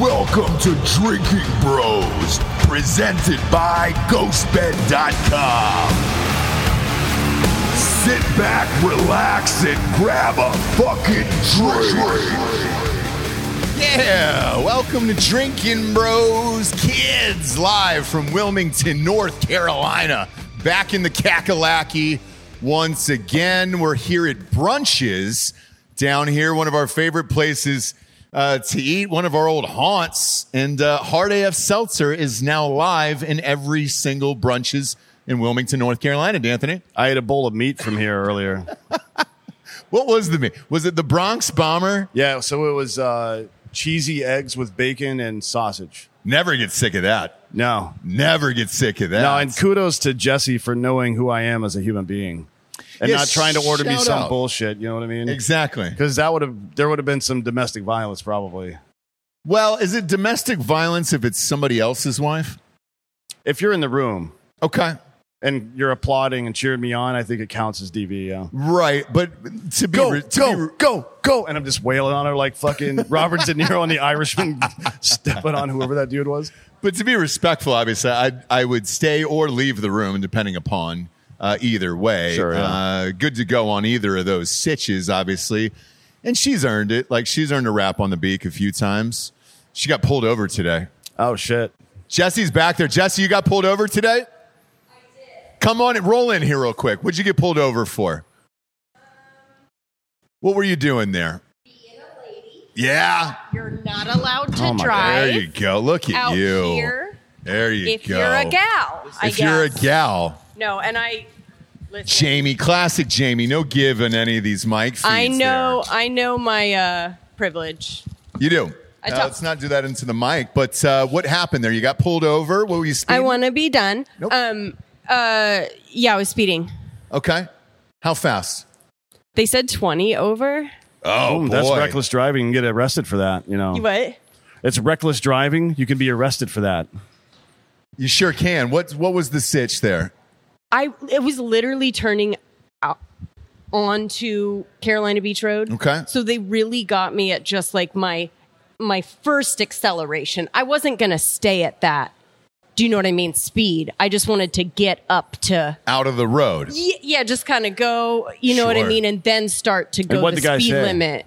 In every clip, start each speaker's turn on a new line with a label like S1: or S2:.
S1: Welcome to Drinking Bros, presented by GhostBed.com. Sit back, relax, and grab a fucking drink.
S2: Yeah, welcome to Drinking Bros Kids, live from Wilmington, North Carolina, back in the Kakalaki. Once again, we're here at Brunches down here, one of our favorite places uh, to eat, one of our old haunts. And uh, Hard AF Seltzer is now live in every single Brunches in Wilmington, North Carolina, D'Anthony.
S3: I ate a bowl of meat from here earlier.
S2: What was the meat? Was it the Bronx Bomber?
S3: yeah, so it was uh, cheesy eggs with bacon and sausage.
S2: Never get sick of that.
S3: No.
S2: Never get sick of that.
S3: No, and kudos to Jesse for knowing who I am as a human being and
S2: Yeah,
S3: not trying to order me
S2: shout
S3: some
S2: out.
S3: bullshit, you know what I mean?
S2: exactly.
S3: Cuz that would have there would have been some domestic violence probably.
S2: Well, is it domestic violence if it's somebody else's wife?
S3: If you're in the room
S2: Okay.
S3: and you're applauding and cheering me on, I think it counts as DV, yeah.
S2: Right, but to be
S3: Go,
S2: re- to be
S3: go,
S2: re-
S3: go, go. And I'm just wailing on her like fucking Robert De Niro on the Irishman stepping on whoever that dude was.
S2: but to be respectful, obviously, I I would stay or leave the room depending upon uh, either way.
S3: Sure, yeah.
S2: uh, good to go on either of those sitches, obviously, and she's earned it. Like she's earned a rap on the beak a few times. She got pulled over today.
S3: Oh shit.
S2: Jesse's back there. Jesse, you got pulled over today? I did. Come on, roll in here real quick. What'd you get pulled over for? What were you doing there? Yeah.
S4: You're not allowed to
S3: Oh my-
S2: There
S4: drive
S2: you go. Look at
S4: out
S2: you.
S4: here
S2: there you
S4: if
S2: go.
S4: you're a gal. I
S2: If you're a
S4: guess.
S2: gal.
S4: no, and I listen.
S2: Jamie, classic Jamie. No give in any of these mic feeds
S4: I know,
S2: there.
S4: I know my uh, privilege.
S2: You do.
S4: I
S2: Now,
S4: talk-
S2: let's not do that into the mic. But uh, what happened there? You got pulled over. What were you speeding?
S4: I want to be done.
S2: Nope.
S4: Um. Uh. Yeah, I was speeding.
S2: Okay. How fast?
S4: They said 20 over.
S2: Oh,
S3: Boom, that's
S2: boy.
S3: reckless driving. You can get arrested for that. You know,
S4: What?
S3: it's reckless driving. You can be arrested for that.
S2: You sure can. What what was the sitch there?
S4: I it was literally turning out onto Carolina Beach Road.
S2: Okay.
S4: So they really got me at just like my my first acceleration. I wasn't going to stay at that. Do you know what I mean? Speed. I just wanted to get up to
S2: Out of the road.
S4: y- yeah, just kind of go, you know what I
S2: Sure.
S4: mean, and then start to go
S3: what'd
S4: the,
S3: the guy
S4: speed
S3: say?
S4: limit.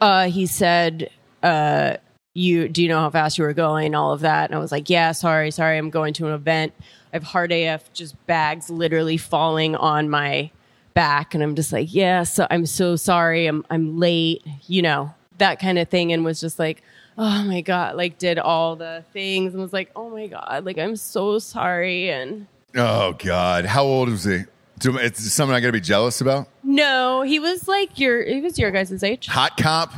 S4: Uh, he said, uh, "You do you know how fast you were going? All of that." And I was like, "Yeah, sorry, sorry, I'm going to an event. I have hard AF, just bags literally falling on my back, and I'm just like, yeah, so I'm so sorry, I'm I'm late, you know that kind of thing." And was just like. Oh my god! Like did all the things and was like, oh my god! Like I'm so sorry and
S2: Oh God. How old was he? Do, it's something I gotta be jealous about.
S4: No, he was like your he was your guys' age.
S2: Hot cop.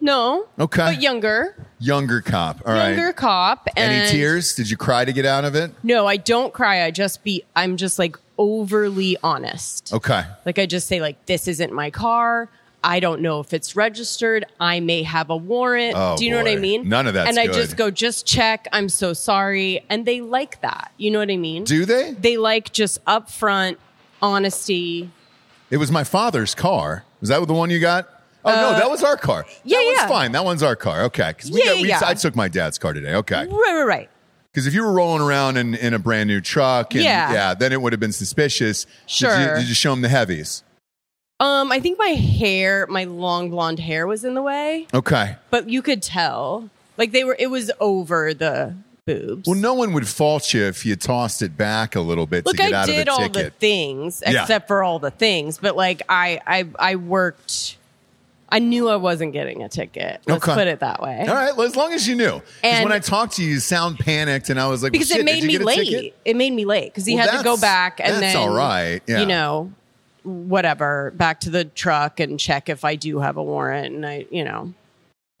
S4: No.
S2: Okay.
S4: But younger.
S2: Younger cop. All right.
S4: younger cop. And
S2: Any tears? Did you cry to get out of it?
S4: No, I don't cry. I just be I'm just like overly honest.
S2: Okay.
S4: Like I just say like this isn't my car. I don't know if it's registered. I may have a warrant.
S2: Oh,
S4: Do you know what I
S2: boy.
S4: mean?
S2: None of that's
S4: And I
S2: good.
S4: just go just check. I'm so sorry. And they like that. You know what I mean?
S2: Do they?
S4: they like just upfront honesty.
S2: It was my father's car. Was that the one you got? Oh no, that was our car.
S4: Uh, yeah,
S2: that
S4: yeah.
S2: one's fine. That one's our car. Okay, because we,
S4: Yeah,
S2: got- we
S4: yeah, yeah.
S2: I took my dad's car today. Okay,
S4: Right, right, right.
S2: because if you were rolling around in, in a brand new truck, and,
S4: Yeah.
S2: then it would have been suspicious. Did
S4: Sure.
S2: you, did you show him the heavies?
S4: Um, I think my hair, my long blonde hair was in the way,
S2: Okay.
S4: but you could tell. Like they were it was over the boobs.
S2: Well, no one would fault you if you tossed it back a little bit
S4: Look,
S2: to get
S4: I
S2: out
S4: did
S2: of
S4: all
S2: the
S4: the
S2: ticket.
S4: things
S2: Yeah.
S4: except for all the things, but like I I I worked I knew I wasn't getting a ticket. Let's
S2: Okay.
S4: put it that way.
S2: all right, well, as long as you knew. Because
S4: And-
S2: when I talked to you, you sound panicked, and I was like,
S4: Because
S2: well,
S4: it
S2: shit,
S4: made
S2: did
S4: me
S2: you get a
S4: late.
S2: ticket?
S4: It made me late because he
S2: Well,
S4: had to go
S2: that's-
S4: back and
S2: that's
S4: then
S2: all right, yeah.
S4: you know, whatever, back to the truck and check if I do have a warrant and I you know.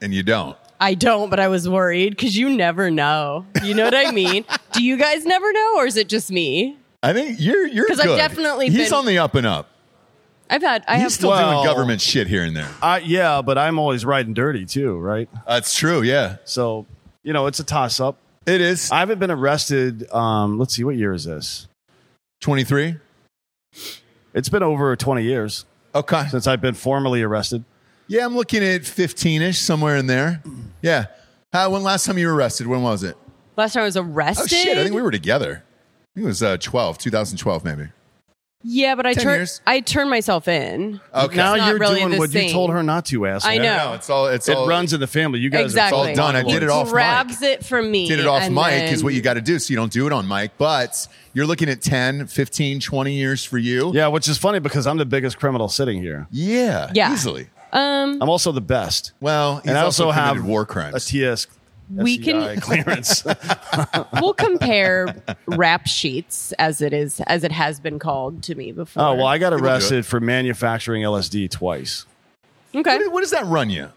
S2: And you don't.
S4: I don't, but I was worried because you never know. You know what I mean? Do you guys never know, or is it just me?
S2: I think you're you're
S4: 'Cause I've
S2: good.
S4: definitely
S2: he's
S4: been-
S2: on the up and up.
S4: I've had, I have,
S2: He's still doing
S3: Well-
S2: government shit here and there.
S3: Uh, yeah, but I'm always riding dirty too, right?
S2: That's true. Yeah,
S3: So you know, it's a toss up.
S2: it is.
S3: I haven't been arrested. Um, let's see, what year is this?
S2: 23.
S3: It's been over 20 years
S2: Okay.
S3: since I've been formally arrested.
S2: Yeah, I'm looking at 15 ish, somewhere in there. Yeah. How, when last time you were arrested? When was it?
S4: Last time I was arrested.
S2: Oh, shit. I think we were together. I think it was uh, 12, 2012, maybe.
S4: yeah, but I
S2: 10
S4: turned
S2: years.
S4: I turned myself in.
S2: Okay.
S3: Now
S4: It's not
S3: you're
S4: really
S3: doing
S4: the
S3: what
S4: same.
S3: you told her not to, asshole.
S4: I know.
S2: no, it's all, it's
S3: It
S2: all,
S3: runs in the family. You guys
S4: Exactly.
S2: it's all done. I did it off mic.
S4: Grabs it from me.
S2: did it off
S4: and
S2: mic
S4: then-
S2: is what you got to do. So you don't do it on mic, but you're looking at 10, 15, 20 years for you.
S3: Yeah, which is funny because I'm the biggest criminal sitting here.
S2: Yeah.
S4: Yeah.
S2: Easily.
S4: Um,
S3: I'm also the best.
S2: Well, he's
S3: and I also,
S2: committed
S3: have
S2: war
S3: A
S2: crimes.
S3: TS
S4: We can-
S3: SCI E clearance.
S4: we'll compare rap sheets as it is as it has been called to me before.
S3: oh well, I got
S2: People do it.
S3: arrested for manufacturing LSD twice.
S4: okay.
S2: What, what does that run you?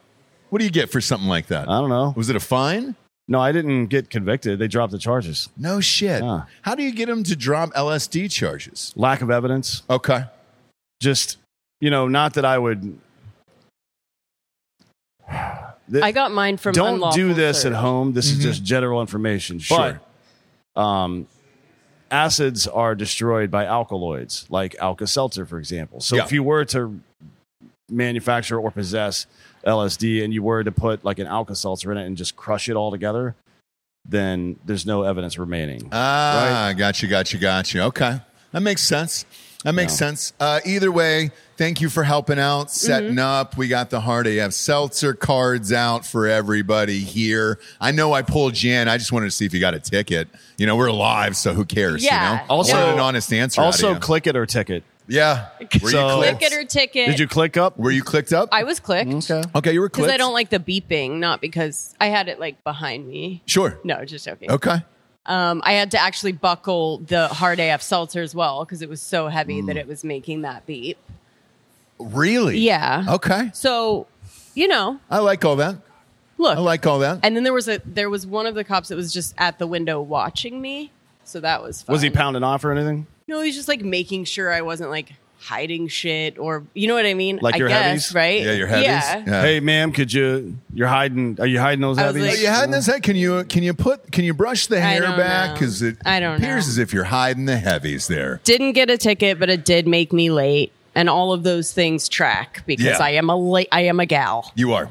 S2: What do you get for something like that?
S3: I don't know.
S2: Was it a fine?
S3: No, I didn't get convicted. They dropped the charges.
S2: No shit.
S3: Huh.
S2: How do you get him to drop LSD charges?
S3: Lack of evidence.
S2: Okay.
S3: Just you know, not that I would.
S4: I got mine from
S3: don't
S4: unlawful
S3: do this
S4: search.
S3: at home. This
S2: Mm-hmm.
S3: is just general information.
S2: Sure.
S3: But, um, acids are destroyed by alkaloids, like Alka Seltzer, for example. So
S2: Yeah.
S3: if you were to manufacture or possess LSD and you were to put like an Alka Seltzer in it and just crush it all together, then there's no evidence remaining.
S2: Ah, gotcha, gotcha, gotcha. Okay. That makes sense. That makes
S3: Yeah.
S2: sense. Uh, either way, thank you for helping out, setting
S4: Mm-hmm.
S2: up. We got the Hard AF Seltzer cards out for everybody here. I know I pulled you in. I just wanted to see if you got a ticket. You know, we're live, so who cares?
S4: Yeah.
S2: You know?
S3: Also-
S2: Wanted an honest answer. out of
S3: also,
S2: you.
S3: click it or ticket.
S2: yeah. Were
S3: So-
S2: you
S4: Click
S2: clicked?
S4: it or ticket.
S3: Did you click up?
S2: Were you clicked up?
S4: I was clicked. Okay.
S2: okay, you were clicked.
S4: Because I don't like the beeping, not because I had it like behind me.
S2: Sure.
S4: No, just joking.
S2: Okay.
S4: Um, I had to actually buckle the hard AF seltzer as well because it was so heavy that it was making that beep.
S2: Really?
S4: Yeah.
S2: Okay.
S4: So, you know,
S2: I like all that.
S4: look.
S2: I like all that.
S4: and then there was a there was one of the cops that was just at the window watching me. So that was fun.
S3: Was he pounding off or anything?
S4: No, he's just like making sure I wasn't like hiding shit or you know what I mean.
S3: Like
S4: I
S3: your
S4: guess,
S3: heavies?
S4: right?
S2: yeah, your heavies.
S4: Yeah.
S3: Hey, ma'am, could you? You're hiding. Are you hiding those
S4: I was
S3: heavies?
S4: like-
S2: Are you hiding this head? Can you can you put can you brush the hair
S4: don't
S2: back?
S4: know.
S2: Because it
S4: I don't
S2: appears
S4: know.
S2: as if you're hiding the heavies there.
S4: Didn't get a ticket, but it did make me late, and all of those things track because
S2: Yeah.
S4: I am a late. I am a gal.
S2: You are,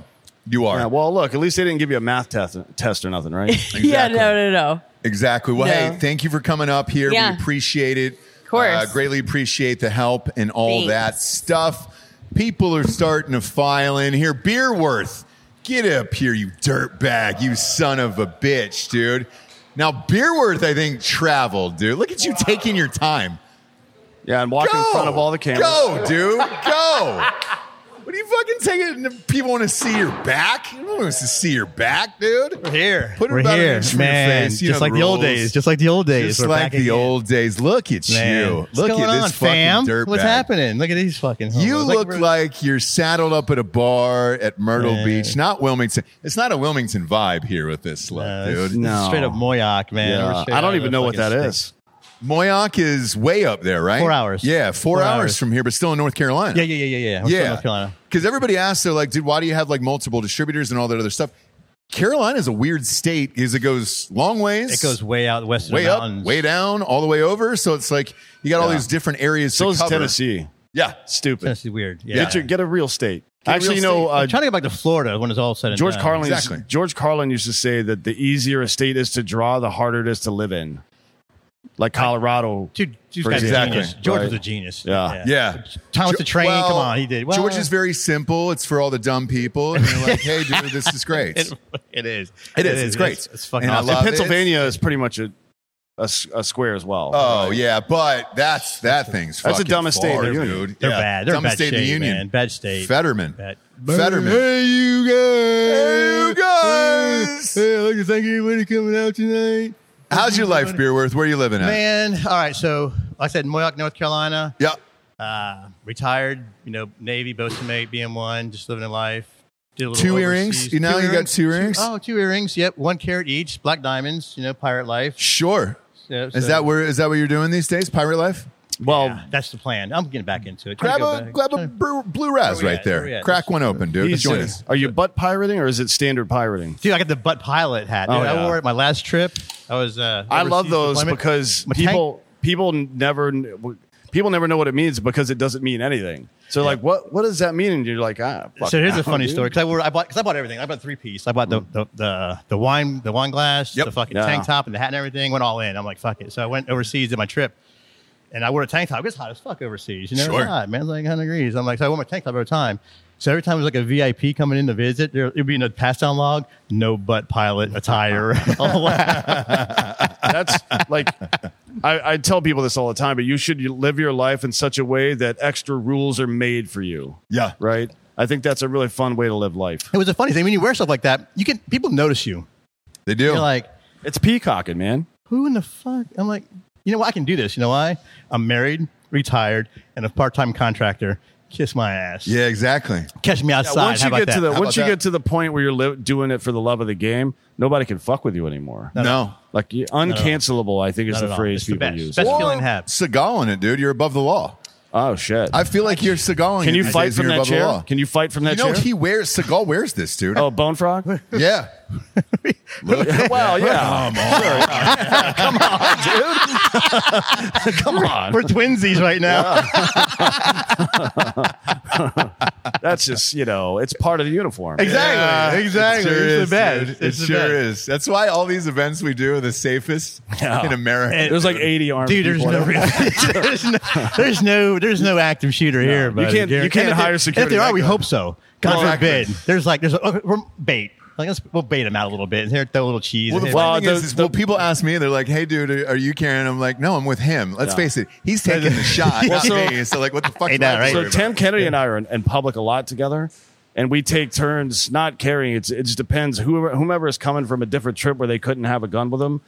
S2: you are
S3: Yeah, well, look, at least they didn't give you a math test, test or nothing, right?
S4: Yeah.
S2: Exactly.
S4: No. No. No.
S2: exactly. Well,
S4: No.
S2: hey, thank you for coming up here.
S4: Yeah.
S2: We appreciate it. Of
S4: course.
S2: greatly appreciate the help and all
S4: Thanks.
S2: that stuff. People are starting to file in here. Beerworth, get up here, you dirtbag, you son of a bitch, dude. Now, Beerworth, I think traveled, dude. Look at you taking your time.
S3: yeah, and walk in front of all the cameras.
S2: Go, dude. Go. what are you fucking taking? it- People want to see your back. No one wants to see your back, dude. We're
S5: here.
S2: Put
S5: We're
S2: about an
S5: here,
S2: inch from your
S5: man.
S2: face. You know
S5: Just like
S2: the
S5: the old
S2: rules.
S5: days. Just like the old days.
S2: Just
S5: We're
S2: like
S5: back
S2: the
S5: again,
S2: old days. Look at
S5: man.
S2: you.
S5: What's
S2: Look
S5: going
S2: at this
S5: on,
S2: fucking
S5: fam?
S2: dirtbag.
S5: What's happening? Look at these fucking. hoes.
S2: You look
S5: we're-
S2: like you're saddled up at a bar at Myrtle
S5: Yeah.
S2: Beach, not Wilmington. It's not a Wilmington vibe here with this look,
S5: Uh, this-
S2: dude.
S5: this is straight up Moyoc, man.
S3: Yeah,
S5: We're straight
S3: I don't
S5: out of
S3: even
S5: the
S3: know what that
S5: fucking
S3: is.
S5: sticks.
S2: Moyoc is way up there, right?
S5: Four hours.
S2: Yeah, four,
S5: Four
S2: hours,
S5: hours.
S2: from here, but still in North Carolina.
S5: Yeah, yeah, yeah, yeah, yeah. We're from North Carolina.
S2: Because everybody asks, they're like, dude, why do you have like multiple distributors and all that other stuff? Carolina is a weird state because it goes long ways.
S5: It goes way out west of the
S2: way up,
S5: mountains.
S2: way down, all the way over. So it's like you got all
S3: Yeah.
S2: these different areas.
S3: So
S2: to
S3: is
S2: cover.
S3: Tennessee.
S2: Yeah.
S3: Stupid.
S5: That's weird. Yeah.
S3: Get, your, get a real state.
S2: Get a
S3: Actually,
S2: real
S3: you know,
S5: I'm
S3: uh,
S5: trying to get back to Florida when it's all said and
S3: George
S5: done.
S3: Carlin.
S2: Exactly.
S3: George Carlin used to say that the easier a state is to draw, the harder it is to live in. Like Colorado.
S5: Dude, dude
S3: For
S2: exactly.
S5: genius. George
S3: Right.
S5: was a genius.
S3: Yeah.
S2: Yeah.
S5: Thomas the Train.
S2: Well,
S5: come on, he did. Well,
S2: George is very simple. It's for all the dumb people. And you're like, hey, dude, this is great.
S5: It, it is.
S2: It is. It's great.
S5: It's, it's fucking
S2: And I
S5: awesome.
S2: love
S3: And
S2: it.
S3: Pennsylvania is pretty much a, a s- a square as well.
S2: oh, yeah. But that's that thing's
S3: That's the
S2: fucking
S3: dumbest state in
S2: far,
S3: the union.
S2: dude.
S5: They're
S2: Yeah.
S5: bad. They're a
S2: dumbest
S5: bad
S2: state in the
S5: state,
S2: union.
S5: man. Bad state.
S2: Fetterman.
S5: Bad.
S2: Fetterman.
S5: Hey, you
S2: Hey, you guys.
S5: Hey, I'd like to thank everybody coming out tonight.
S2: How's your life, Beerworth? Where are you living at?
S5: Man, all right. So, like I said, Moyoc, North Carolina.
S2: Yeah.
S5: Uh, retired, you know, Navy, bosun mate, BM1, just living a life. Did a little
S2: Two
S5: overseas.
S2: earrings. You know, you got two earrings.
S5: Oh, two earrings. Yep, one carat each. Black diamonds. You know, pirate life.
S2: Sure.
S5: So-
S2: Is
S5: so-
S2: that where is that what you're doing these days? Pirate life?
S3: Well,
S5: Yeah, Oh, that's the plan. I'm getting back into it.
S2: Grab
S5: Trying to go
S2: a
S5: back.
S2: grab a
S5: Trying-
S2: br- blue raz
S5: we
S2: right
S5: at? Where we
S2: there.
S5: at?
S2: Crack one open, dude.
S3: he's-
S2: Join us.
S3: are you butt pirating or is it standard pirating?
S5: Dude, I got the butt pilot hat. Dude,
S3: Oh, yeah.
S5: I wore it my last trip. I was. Uh,
S3: I love
S5: overseas
S3: those
S5: deployment.
S3: because
S5: My tank-
S3: people people never people never know what it means because it doesn't mean anything. So like, what what does that mean? And you're like, ah. Fuck
S5: So here's
S3: I
S5: a
S3: don't,
S5: funny
S3: dude.
S5: story because I, wore- I bought because I bought everything. I bought three piece. I bought the, the the the wine the wine glass,
S2: Yep.
S5: the fucking
S3: Yeah.
S5: tank top, and the hat and everything. Went all in. I'm like fuck it. So I went overseas did my trip, and I wore a tank top. It was hot as fuck overseas. You know,
S2: Sure.
S5: it's hot, man. It's like 100 degrees. I'm like, so I wore my tank top every time. So every time it was like a VIP coming in to visit, there it'd be in a pass down log, no butt pilot attire. All that.
S3: That's like, I, I tell people this all the time, but you should live your life in such a way that extra rules are made for you.
S2: Yeah.
S3: Right. I think that's a really fun way to live life.
S5: It was a funny thing when you wear stuff like that. You can people notice you.
S2: They do.
S5: You're like,
S3: It's peacocking, man.
S5: who in the fuck? I'm like, you know what? I can do this. You know why? I'm married, retired, and a part time contractor. Kiss my ass.
S2: yeah, exactly.
S5: Catch me outside.
S3: once
S5: How
S3: you
S5: about
S3: get
S5: that?
S3: to the
S2: How
S3: once
S2: about
S3: you
S2: that?
S3: get to the point where you're li- doing it for the love of the game, nobody can fuck with you anymore.
S2: No.
S3: Like you- uncancelable, I think is
S5: Not at
S3: the
S5: all.
S3: phrase
S5: It's the
S3: people
S5: best.
S3: use.
S5: Best-
S2: Or
S5: feeling hap.
S2: Seagal in it, dude. You're above the law.
S3: Oh shit!
S2: I feel like you're Seagaling.
S3: can
S2: it
S3: you
S2: these
S3: fight
S2: days
S3: from
S2: and you're
S3: that
S2: above the law.
S3: chair? Can you fight from that
S2: You know
S3: chair?
S2: he wears Seagal wears this, dude.
S3: oh, bone frog.
S2: Yeah. Look,
S3: well, yeah. Come on, dude. Come on.
S5: We're twinsies right now.
S3: That's just you know, it's part of the uniform.
S5: Exactly. exactly.
S2: It sure
S5: it's
S2: is.
S5: the best.
S2: dude.
S5: It's,
S2: It
S5: the
S2: sure
S5: best.
S2: is. That's why all these events we do are the safest in America.
S5: And-
S3: There's like 80 armed
S5: Dude, there's
S3: people.
S5: no, real, there's no, there's no, there's no active shooter here. But
S3: can't- you can't hire
S5: If
S3: security
S5: there are,
S3: like
S5: we
S3: that.
S5: hope so. God
S2: Well,
S5: forbid. There's like, there's a, oh, we're bait. Like, let's we'll bait them out a little bit. And here, throw a little cheese.
S2: well,
S5: in
S2: the
S5: here.
S2: funny
S3: Well,
S2: thing is,
S3: the-
S2: is
S3: the-
S2: well, people ask me, they're like, "Hey, dude, are, are you Karen?" I'm like, "No, I'm with him." Let's
S3: Yeah.
S2: face it, he's taking the shot, not
S3: so-
S2: me. So, like, what the fuck?
S5: Ain't
S2: do I have
S5: that
S2: to
S5: right?
S3: So
S2: worry
S3: Tim
S2: about?
S3: Kennedy and I are in, in public a lot together, and we take turns not carrying. It's, it just depends. Whoever whomever is coming from a different trip where they couldn't have a gun with them,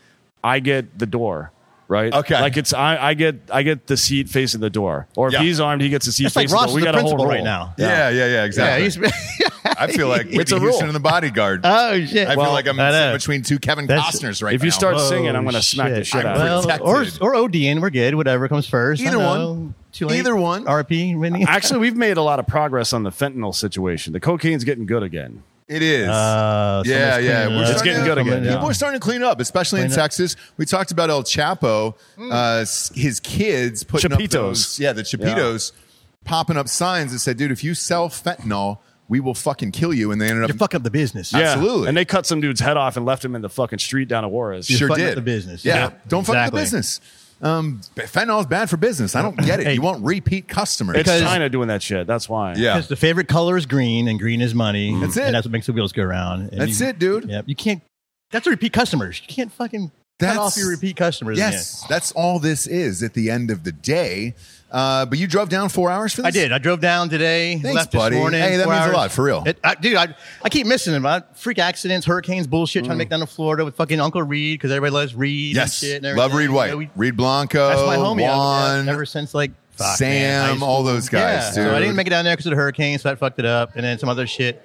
S3: I get the door. Right.
S2: Okay.
S3: Like it's I, I get I get the seat facing the door, or if
S2: Yeah.
S3: he's armed, he gets the seat
S5: It's like
S3: facing the door.
S5: Ross is
S3: We
S5: the
S3: got a whole
S5: principal
S3: rule.
S5: right now.
S2: Yeah, yeah, yeah,
S5: yeah,
S2: exactly.
S5: he's,
S2: I feel like
S5: It's
S2: it's
S5: a
S2: a Houston and
S5: rule.
S2: the Bodyguard.
S5: oh shit.
S2: I feel
S5: Well,
S2: like I'm
S5: I know.
S2: in between two Kevin
S5: That's-
S2: Costners right
S3: if
S2: now.
S3: you start
S5: Whoa,
S3: singing, I'm going to smack the shit
S2: I'm
S3: out of you.
S5: Oh, Well, or
S2: protected.
S5: or ODN, we're good. Whatever comes first. I
S2: Either
S5: know.
S2: one.
S5: Too late.
S2: Either one.
S5: RP. Whitney.
S3: Actually, we've made a lot of progress on the fentanyl situation. The cocaine's getting good again.
S2: it is.
S5: Uh,
S2: Yeah,
S5: someone's
S2: yeah,
S5: cleaning
S2: we're
S5: it up.
S2: It's getting good
S5: Someone-
S3: again, yeah.
S2: People are starting to clean up, especially in
S5: Clean up. Mm.
S2: Texas. We talked about El Chapo, uh, s- his kids putting up
S3: Chapitos.
S2: those, yeah, the Chapitos popping up signs that said, "Dude, if you sell fentanyl, we will fucking kill you." And they ended up.
S5: You're fucking up the business.
S3: Yeah.
S2: Absolutely.
S3: And they cut some dude's head off and left him in the fucking street down at Juarez.
S5: You're
S2: sure
S5: fucking
S2: did
S5: up the business.
S2: Yeah,
S5: Yeah,
S2: don't fuck up the
S5: exactly.
S2: business. Um, fentanyl is bad for business. I don't get it.
S5: Hey.
S2: you want repeat customers.
S3: It's
S5: Because-
S3: China doing that shit. That's why.
S2: yeah,
S5: Because the favorite color is green, and green is money.
S2: That's it.
S5: And that's what makes the wheels go round. And
S2: That's
S5: you-
S2: it, dude.
S5: Yeah, you can't. That's repeat customers. You can't fucking
S2: That's-
S5: cut off your repeat customers. in the
S2: yes, that's all this is at the end of the day. Uh, but you drove down four hours for
S5: end.
S2: this.
S5: I did. I drove down today.
S2: Thanks,
S5: left
S2: buddy.
S5: This morning,
S2: Hey, that
S5: four
S2: means a
S5: hours.
S2: lot, for real.
S5: It, I, dude, I, I keep missing them. I, freak accidents, hurricanes, bullshit. Trying to make it down to Florida with fucking Uncle Reed because everybody loves Reed.
S2: Mm. Yes,
S5: and shit and
S2: love
S5: everything.
S2: Reed
S5: You
S2: White,
S5: know, we-
S2: Reed Blanco.
S5: That's my homie. I was-
S2: Juan.
S5: yeah, ever since like fuck,
S2: Sam,
S5: man, high school.
S2: all those guys,
S5: Yeah. So I
S2: dude.
S5: didn't make it down there because of the hurricane, so that fucked it up, and then some other shit.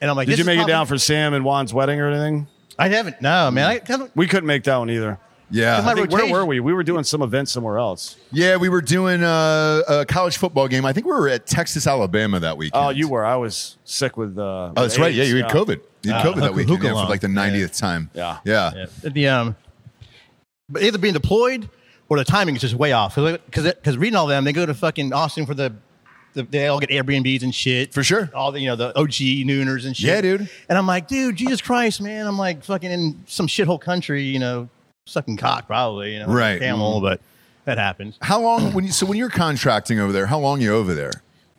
S5: And I'm like,
S3: Did
S5: this
S3: you
S5: is
S3: make it
S5: probably-
S3: down for Sam and Juan's wedding or anything?
S5: I haven't. No, man. I, 'cause I'm-
S3: We couldn't make that one either.
S2: yeah,
S5: my
S3: I think, where
S5: rotation-
S3: were we? We were doing some event somewhere else.
S2: Yeah, we were doing a, a college football game. I think we were at Texas, Alabama that weekend.
S3: Oh, you were. I was sick with. Uh,
S2: Oh, that's right. Yeah, you had COVID. You had
S5: Ah,
S2: COVID that
S5: hookah-
S2: weekend yeah,
S5: hookah
S2: for like the
S5: lung.
S2: 90th time.
S3: Yeah.
S2: Yeah.
S5: Yeah. The um, but either being deployed or the timing is just way off. Because because reading all them, they go to fucking Austin for the, the they all get Airbnbs and shit
S2: For sure.
S5: All the you know the OG nooners and shit.
S2: Yeah, dude.
S5: And I'm like, dude, Jesus Christ, man. I'm like fucking in some shithole country, you know, sucking cock probably, you know, like a
S2: Right. Mm-hmm.
S5: Camel, but that happens.
S2: How long when you so when you're contracting over there, how long you over there?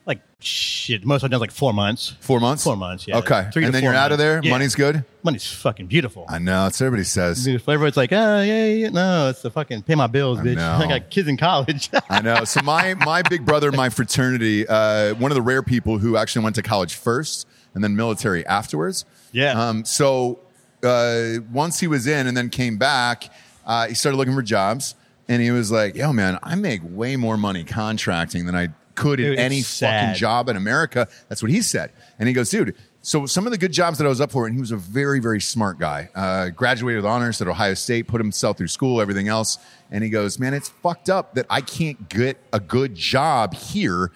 S5: Like shit. Most of the time, like four months.
S2: Four months?
S5: Four months, yeah.
S2: Okay.
S5: Three to
S2: and then
S5: four
S2: you're out of
S5: months.
S2: there.
S5: Yeah.
S2: Money's good.
S5: Money's fucking beautiful.
S2: I know. That's what everybody says.
S5: Beautiful. Everyone's like, oh, yeah, yeah, no, it's the fucking pay my bills, bitch.
S2: know.
S5: I got kids in college.
S2: I know. So my my big brother, in my fraternity, uh, one of the rare people who actually went to college first and then military afterwards.
S5: Yeah.
S2: Um, so uh, once he was in and then came back, uh, he started looking for jobs, and he was like, "Yo, man, I make way more money contracting than I could in
S5: Dude, it's
S2: any fucking
S5: sad.
S2: job in America." That's what he said, and he goes, "Dude." So some of the good jobs that I was up for, and he was a very, very smart guy. Uh, graduated with honors at Ohio State, put himself through school, everything else, and he goes, "Man, it's fucked up that I can't get a good job here,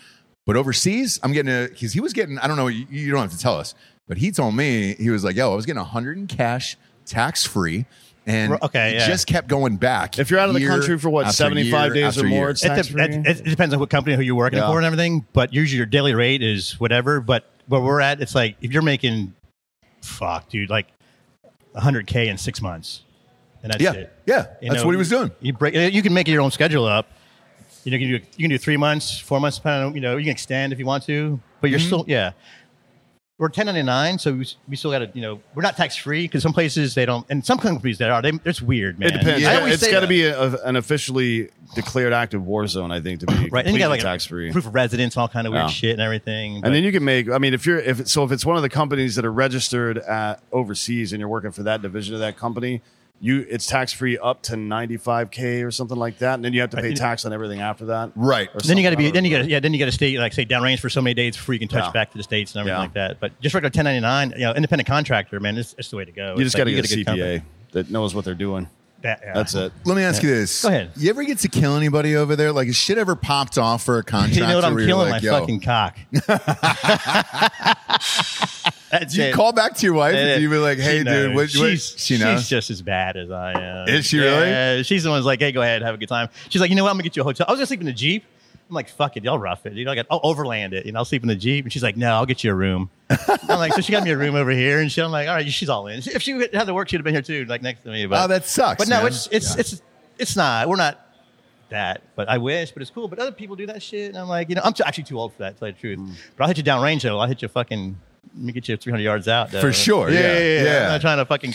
S2: but overseas, I'm getting a because he was getting. I don't know. You, you don't have to tell us, but he told me he was like, "Yo, I was getting a hundred in cash, tax free." and
S5: Okay,
S2: it
S5: yeah.
S2: just kept going back.
S3: If you're out of the
S2: year
S3: country for, what,
S2: after
S3: 75
S2: year
S3: days or
S2: after
S3: more,
S2: year.
S3: it's-
S5: It,
S3: Tax
S5: dep-
S3: free?
S5: it- it depends on what company who you're working
S2: Yeah.
S5: for and everything, but usually your daily rate is whatever. But where we're at, it's like if you're making, fuck, dude, like 100k in six months, and that's
S2: yeah,
S5: it.
S2: yeah,
S5: You
S2: that's
S5: know,
S2: what he was doing.
S5: You break. You can make your own schedule up. You know, you can do, you can do three months, four months. depending on, You know, you can extend if you want to, but
S2: Mm-hmm.
S5: you're still yeah. We're 1099, so we, s- we still got to you know we're not tax free because some places they don't, and some companies that are. They, it's weird, man.
S3: It depends.
S2: Yeah. I always
S3: it's
S2: say
S3: got to
S2: that.
S3: be a, a- an officially declared active war zone, I think, to be
S5: Right, and you got like a
S3: tax free.
S5: proof of residence, all kind of weird
S3: Yeah.
S5: shit and everything. but-
S3: And then you can make. I mean, if you're if so, if it's one of the companies that are registered at overseas and you're working for that division of that company, you it's tax free up to 95k or something like that, and then you have to pay tax on everything after that.
S2: Right.
S3: Or
S5: then you got to
S3: something.
S5: be then you got to yeah then you got to stay like say downrange for so many days before you can touch
S3: Yeah.
S5: back to the states and everything
S3: Yeah.
S5: like that. But just regular 1099, you know, independent contractor, man, it's, it's the way to go.
S3: You just
S5: It's like,
S3: got to
S5: you
S3: get a
S5: good
S3: CPA
S5: company.
S3: that knows what they're doing.
S5: That- yeah.
S3: That's it.
S2: Let me ask you this:
S5: Go ahead.
S2: You ever get to kill anybody over there? Like, has shit ever popped off for a contract?
S5: You know what? I'm
S2: where you're
S5: killing
S2: like,
S5: my
S2: "Yo,
S5: fucking cock. That's
S2: Do you
S5: it.
S2: call back to your wife
S5: That
S2: and
S5: it.
S2: you be like,
S5: She
S2: "Hey, dude,
S5: knows.
S2: what, what-
S5: She's,
S2: She knows.
S5: she's just as bad as I am.
S2: Is she really?
S5: yeah, really? She's the one who's like, hey, go ahead, have a good time. She's like, you know what? I'm gonna get you a hotel. I was gonna sleep in the jeep. I'm like, fuck it, y'all rough it. You know, I got I'll overland it. You know, I'll sleep in the jeep. And she's like, no, I'll get you a room. I'm like, so she got me a room over here, and she, I'm like, all right, she's all in. If she had to work, she'd have been here too, like next to me. But
S2: Oh, that sucks,
S5: But no,
S2: man.
S5: it's it's it's it's not. We're not that, but I wish, but it's cool. But other people do that shit, and I'm like, you know, I'm t- actually too old for that, to tell you the truth. But I'll hit you downrange, though. I'll hit you fucking, let me get you 300 yards out. Though.
S2: for sure.
S5: Yeah,
S2: Yeah,
S5: yeah, yeah. I'm not trying to fucking,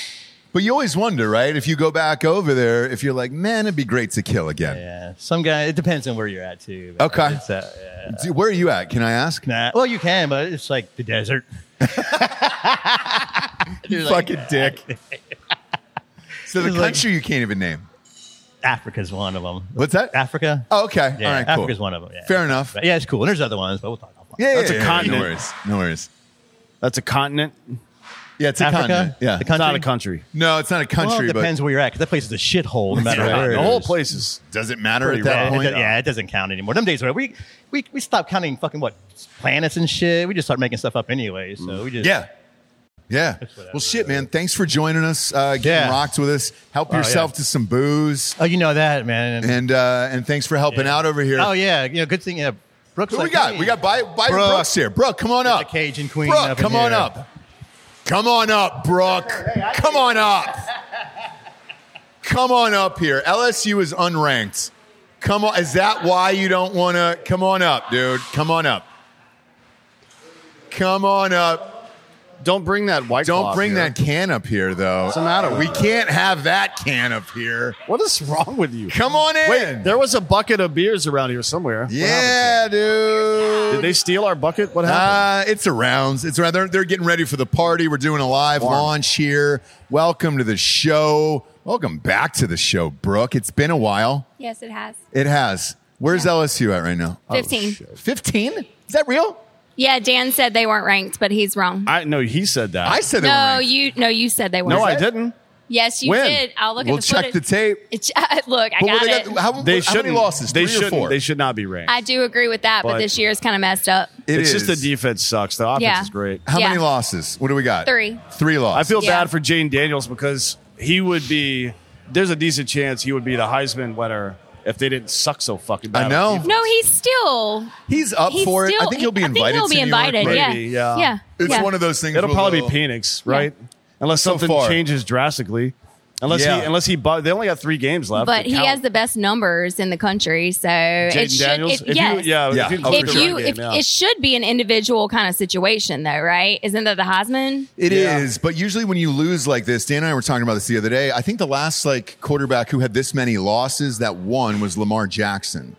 S2: But you always wonder, right? If you go back over there, if you're like, man, it'd be great to kill again.
S5: yeah. Some guy, it depends on where you're at, too. man.
S2: Okay.
S5: It's, uh, yeah.
S2: Dude, Where are you at? Can I ask?
S5: Nah, well, you can, but it's like the desert. You're like,
S2: fucking dick. so the
S5: He's like-
S2: country you can't even name.
S5: Africa's one of them.
S2: What's that?
S5: Africa?
S2: Oh, okay.
S5: yeah.
S2: All right. Cool.
S5: Africa's one of them. Yeah.
S2: Fair enough.
S5: But yeah, it's cool. And there's other ones, but we'll talk about
S2: Yeah,
S3: That's
S2: yeah,
S3: a
S2: yeah,
S3: continent.
S2: No worries. No worries.
S3: That's a continent.
S2: Yeah, it's a
S5: Africa?
S2: continent. Yeah.
S5: The
S3: It's not
S5: Country?
S3: a country.
S2: no, it's not a
S5: Well,
S2: country,
S5: it depends where you're at, because that place is a shithole, no matter
S2: Yeah.
S5: where.
S3: The
S5: it
S3: whole
S5: is.
S3: place is.
S2: but does it matter at
S3: Pretty
S2: that
S5: Yeah,
S3: rough.
S5: it
S2: point?
S5: do- yeah, it doesn't count anymore. Them days where we we we stopped counting fucking what planets and shit. We just start making stuff up anyway.
S2: Mm.
S5: So we just
S2: Yeah. Yeah.
S5: whatever.
S2: Well, shit, man. Thanks for joining us. Uh, getting
S5: Yeah.
S2: rocked with us. Help
S5: Oh,
S2: yourself
S5: yeah.
S2: to some booze,
S5: Oh, you know that man. And-
S2: and uh, and thanks for helping out over here.
S5: Oh yeah, you know, good thing. Yeah, Brooks.
S2: Who we
S5: like,
S2: got?
S5: hey,
S2: We got by by
S5: Brooke.
S2: Brooks here. Brooke, come on
S5: the
S2: up.
S5: Cajun queen
S2: Brooke,
S5: up in
S2: come on
S5: here.
S2: up. Come on up, Brooke. Come on up. Come on up here. LSU is unranked. Come on. Is that why you don't want to? Come on up, dude. Come on up. Come on up.
S3: Don't bring that white.
S2: Don't
S3: cloth
S2: bring
S3: here.
S2: that can up here, though. What's
S3: the matter with
S2: We
S3: it?
S2: can't have that can up here.
S3: What is wrong with you?
S2: Come on in.
S3: Wait, there was a bucket of beers around here somewhere. What happened
S2: yeah, dude.
S3: to it? Did they steal our bucket? What
S5: Ah.
S3: happened?
S2: Uh, it's around. It's around. They're, they're getting ready for the party. We're doing a live
S3: Warm.
S2: launch here. Welcome to the show. Welcome back to the show, Brooke. It's been a while.
S6: Yes, it has.
S2: It has. Where's LSU at right now?
S6: 15.
S3: shit.
S2: 15? Is that real?
S6: yeah, Dan said they weren't ranked, but he's wrong.
S3: I no, he said that.
S2: I said they were
S6: no,
S2: ranked.
S6: you no, you said they weren't.
S3: no, I didn't.
S6: Yes, you
S3: When?
S6: did. I'll look
S2: We'll
S6: at the
S2: check the
S6: footage.
S2: tape.
S6: It's- look, I
S2: But what
S6: got
S2: they
S6: it.
S2: got- how,
S3: They
S2: how
S3: shouldn't.
S2: many losses?
S3: They
S2: Three or
S3: shouldn't.
S2: four?
S3: They should not be ranked.
S6: I do agree with that, but,
S3: But-
S6: this year's kind of messed up.
S2: It
S3: it's just the
S2: is.
S3: defense sucks. The offense
S6: Yeah.
S3: is great.
S2: How
S6: Yeah.
S2: many losses? What do we got?
S6: Three.
S2: Three
S3: I
S2: losses.
S3: feel
S6: Yeah.
S3: bad for Jane Daniels because he would be. There's a decent chance he would be the Heisman winner if they didn't suck so fucking bad.
S2: I know.
S6: No, he's still
S2: He's up
S6: he's
S2: for
S6: still,
S2: it. I think he'll be invited.
S6: he'll
S2: to
S6: be
S2: New York,
S6: invited,
S2: but
S6: yeah.
S3: maybe, yeah.
S6: Yeah.
S2: It's
S6: yeah.
S2: one of those things.
S3: It'll
S2: where
S3: probably
S2: they'll-
S3: be Phoenix, right? Unless
S2: So
S3: something
S2: far.
S3: changes drastically. Unless
S2: Yeah.
S3: he, unless he, bu- they only got three games left.
S6: but
S3: to
S6: he
S3: count.
S6: has the best numbers in the country, so it
S3: Jaden
S6: should
S3: Daniels.
S6: It, yes.
S3: you, yeah,
S2: Yeah.
S3: If you,
S2: Oh,
S6: If
S2: sure.
S6: you, if it should be an individual kind of situation, though, right? Isn't that the Heisman?
S2: It is,
S3: Yeah.
S2: but usually when you lose like this, Dan and I were talking about this the other day. I think the last like quarterback who had this many losses that won was Lamar Jackson.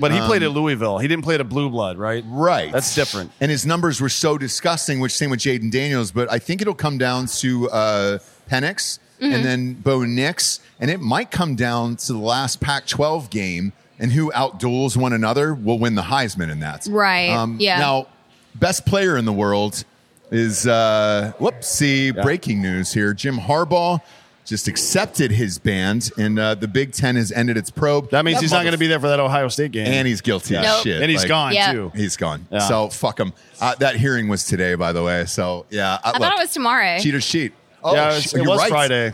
S3: but he played at Louisville. He didn't play at a Blue Blood, right?
S2: Right.
S3: Um, That's different.
S2: And his numbers were so disgusting, which same with Jaden Daniels, but I think it'll come down to uh, Penix
S6: Mm-hmm.
S2: and then Bo Nix. And it might come down to the last Pac 12 game and who outduels one another will win the Heisman in that. Um,
S6: Right, yeah.
S2: Now, best player in the world is, uh, whoopsie, breaking news here. Jim Harbaugh just accepted his band, and uh, the Big Ten has ended its probe.
S3: That means
S2: That
S3: he's not going to be there for that Ohio State game.
S2: and he's guilty as
S6: Nope.
S2: shit.
S3: and he's
S2: Like,
S3: gone
S6: Yeah.
S3: too.
S2: He's gone.
S3: Yeah.
S2: So fuck him. Uh, that hearing was today, by the way. So yeah,
S6: I thought it was tomorrow.
S2: cheater sheet. Oh,
S3: yeah, it
S2: sh-
S3: was, it
S2: you're
S3: was
S2: right.
S3: Friday.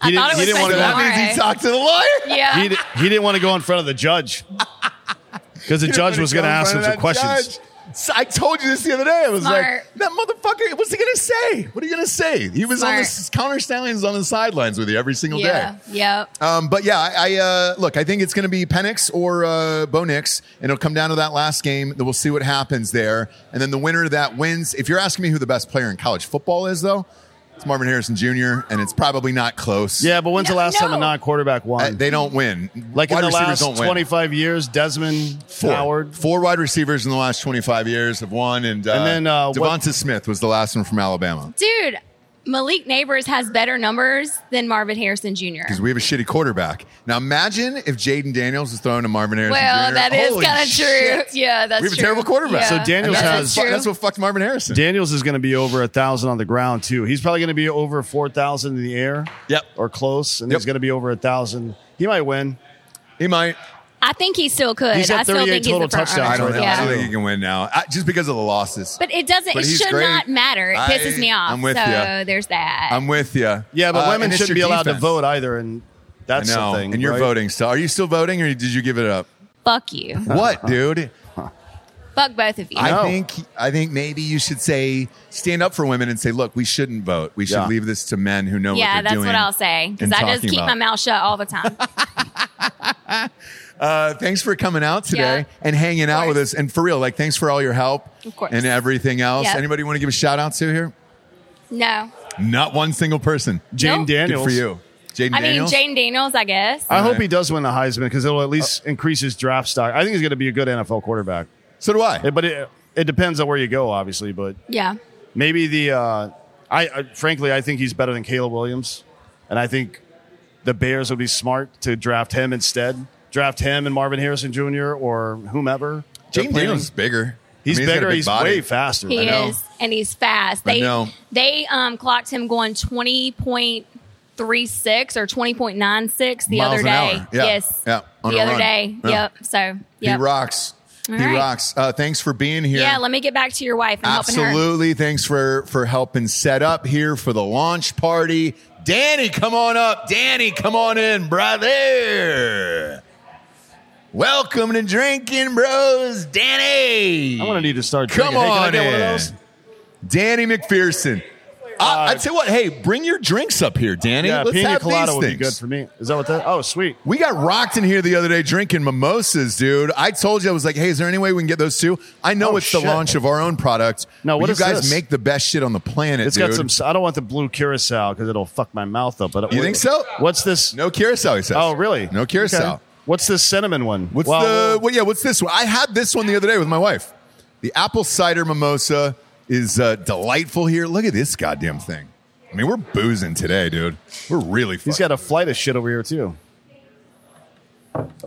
S6: I
S3: didn't-
S6: thought it
S3: he
S6: was
S3: didn't
S6: supposed
S3: wanna-
S6: to be
S3: that
S2: That means
S6: tomorrow.
S2: he talked to the lawyer.
S6: Yeah.
S3: He, di- he didn't want to go in front of the judge because the judge was going to ask him some questions.
S2: So I told you this the other day. I was
S6: Smart.
S2: like, that motherfucker, what's he going to say? What are you going to say? He was on
S6: Smart.
S2: the Connor Stallions on the sidelines with you every single
S6: yeah.
S2: day.
S6: Yep.
S2: Um, but yeah, I, I uh, look. I think it's going to be Penix or uh, Bo Nix, and it'll come down to that last game. Then we'll see what happens there, and then the winner of that wins. If you're asking me who the best player in college football is, though, it's Marvin Harrison Jr., and it's probably not close.
S3: Yeah, but when's the
S6: No,
S3: last time a
S6: no.
S3: non-quarterback won?
S2: Uh, they don't win.
S3: like in
S2: Wide
S3: the
S2: receivers
S3: last
S2: don't win.
S3: 25 years, Desmond
S2: Four.
S3: Howard.
S2: Four wide receivers in the last 25 years have won, and, uh,
S3: And then, uh,
S2: Devonta
S3: what-
S2: Smith was the last one from Alabama.
S6: Dude, Malik Neighbors has better numbers than Marvin Harrison Jr.
S2: Because we have a shitty quarterback. Now imagine if Jaden Daniels was throwing to Marvin Harrison
S6: Well,
S2: Jr.
S6: that is
S2: Holy
S6: kind of
S2: shit.
S6: true. Yeah, that's
S2: We have a
S6: true.
S2: terrible quarterback.
S6: Yeah.
S3: So Daniels
S6: That's
S3: has-
S6: true.
S2: That's what fucked Marvin Harrison.
S3: Daniels is going to be over a thousand on the ground too. He's probably going to be over four thousand in the air.
S2: Yep.
S3: or close, and
S2: Yep.
S3: he's going to be over a thousand. He might win.
S2: he might.
S6: I think he still could.
S3: He's got
S6: I still
S3: 38
S6: think he's
S3: total
S6: the front
S3: touchdowns
S2: I
S6: runner.
S2: don't know. I
S6: Yeah.
S2: don't think he can win now, I, just because of the losses.
S6: But it doesn't.
S2: But
S6: it
S2: he's
S6: should
S2: great.
S6: not matter. It
S2: I-
S6: pisses me off.
S2: I'm with
S6: so
S2: ya.
S6: there's that.
S2: I'm with Uh, you.
S3: Yeah, but women shouldn't be allowed to vote
S2: I
S3: either, and that's
S2: know.
S3: the thing.
S2: and you're
S3: right?
S2: voting. So, are you still voting, or did you give it up?
S6: Fuck you.
S2: What, dude?
S6: Fuck both of you.
S2: I
S3: No.
S2: think I think maybe you should say stand up for women and say, look, we shouldn't vote. We should
S3: Yeah.
S2: leave this to men who know
S6: yeah,
S2: what they're
S6: that's
S2: doing.
S6: what I'll say. Because
S2: and
S6: I just
S2: talking
S6: keep
S2: about.
S6: my mouth shut all the time.
S2: Uh, thanks for coming out today
S6: Yeah.
S2: and hanging out
S6: course.
S2: with us. And for real, like thanks for all your help
S6: Of course.
S2: and everything else.
S6: Yep.
S2: Anybody want to give a shout out to here?
S6: no.
S2: Not one single person.
S3: Jane
S6: Nope. Good
S3: Daniels.
S2: Good for you, Jaden
S6: I mean,
S2: Daniels. Uh,
S6: Jane Daniels, I guess.
S3: I hope
S2: Right.
S3: he does win the Heisman because it'll at least increase his draft stock. I think he's going to be a good NFL quarterback,
S2: so do I.
S3: It- but it, it depends on where you go, obviously. But
S6: yeah.
S3: maybe the uh, I I- frankly I think he's better than Caleb Williams, and I think the Bears would be smart to draft him instead. Draft him and Marvin Harrison Jr. or whomever. They're
S2: Jaden
S3: planning-
S2: Daniels is bigger.
S3: He's
S2: I mean, got a
S3: bigger.
S2: big
S3: He's
S2: body.
S3: way faster.
S6: He
S2: know.
S6: is. And he's fast.
S2: I
S6: They
S2: know.
S6: they um clocked him going twenty point three six or twenty point nine six the
S2: Miles
S6: other
S2: an
S6: day.
S2: hour. Yeah.
S6: Yes.
S2: Yeah. On
S6: the
S2: a
S6: other
S2: run.
S6: day.
S2: Yeah.
S6: Yep. So yep.
S2: He rocks.
S6: All
S2: he
S6: right.
S2: rocks. Uh, thanks for being here.
S6: Yeah, let me get back to your wife and helping her.
S2: Absolutely. Thanks for for helping set up here for the launch party. Danny, come on up. Danny, come on in, brother. Welcome to Drinking Bros, Danny.
S3: I'm gonna need to start.
S2: Come
S3: drinking. Hey, can I
S2: on
S3: get one
S2: in.
S3: of those?
S2: Danny McPherson. I, I tell you what, hey, bring your drinks up here, Danny.
S3: Yeah,
S2: Let's
S3: pina
S2: have
S3: colada
S2: these
S3: would be
S2: things.
S3: good for me. Is that what that? Oh, sweet.
S2: We got rocked in here the other day drinking mimosas, dude. I told you I was like, "Hey, is there any way we can get those too?" I know
S3: Oh,
S2: it's the
S3: shit.
S2: launch of our own product.
S3: No,
S2: but
S3: what
S2: you
S3: is
S2: guys
S3: this?
S2: make the best shit on the planet,
S3: It's
S2: dude.
S3: got some. I don't want the blue curacao because it'll fuck my mouth up. But
S2: You think so?
S3: What's this?
S2: no curacao, he says.
S3: Oh, really?
S2: No curacao.
S3: Okay. What's this cinnamon one?
S2: What's
S3: Well,
S2: the? Well, yeah, what's this one? I had this one the other day with my wife. The apple cider mimosa is uh, delightful here. Look at this goddamn thing. I mean, we're boozing today, dude. We're really.
S3: He's
S2: fucking-
S3: got a flight of shit over here too.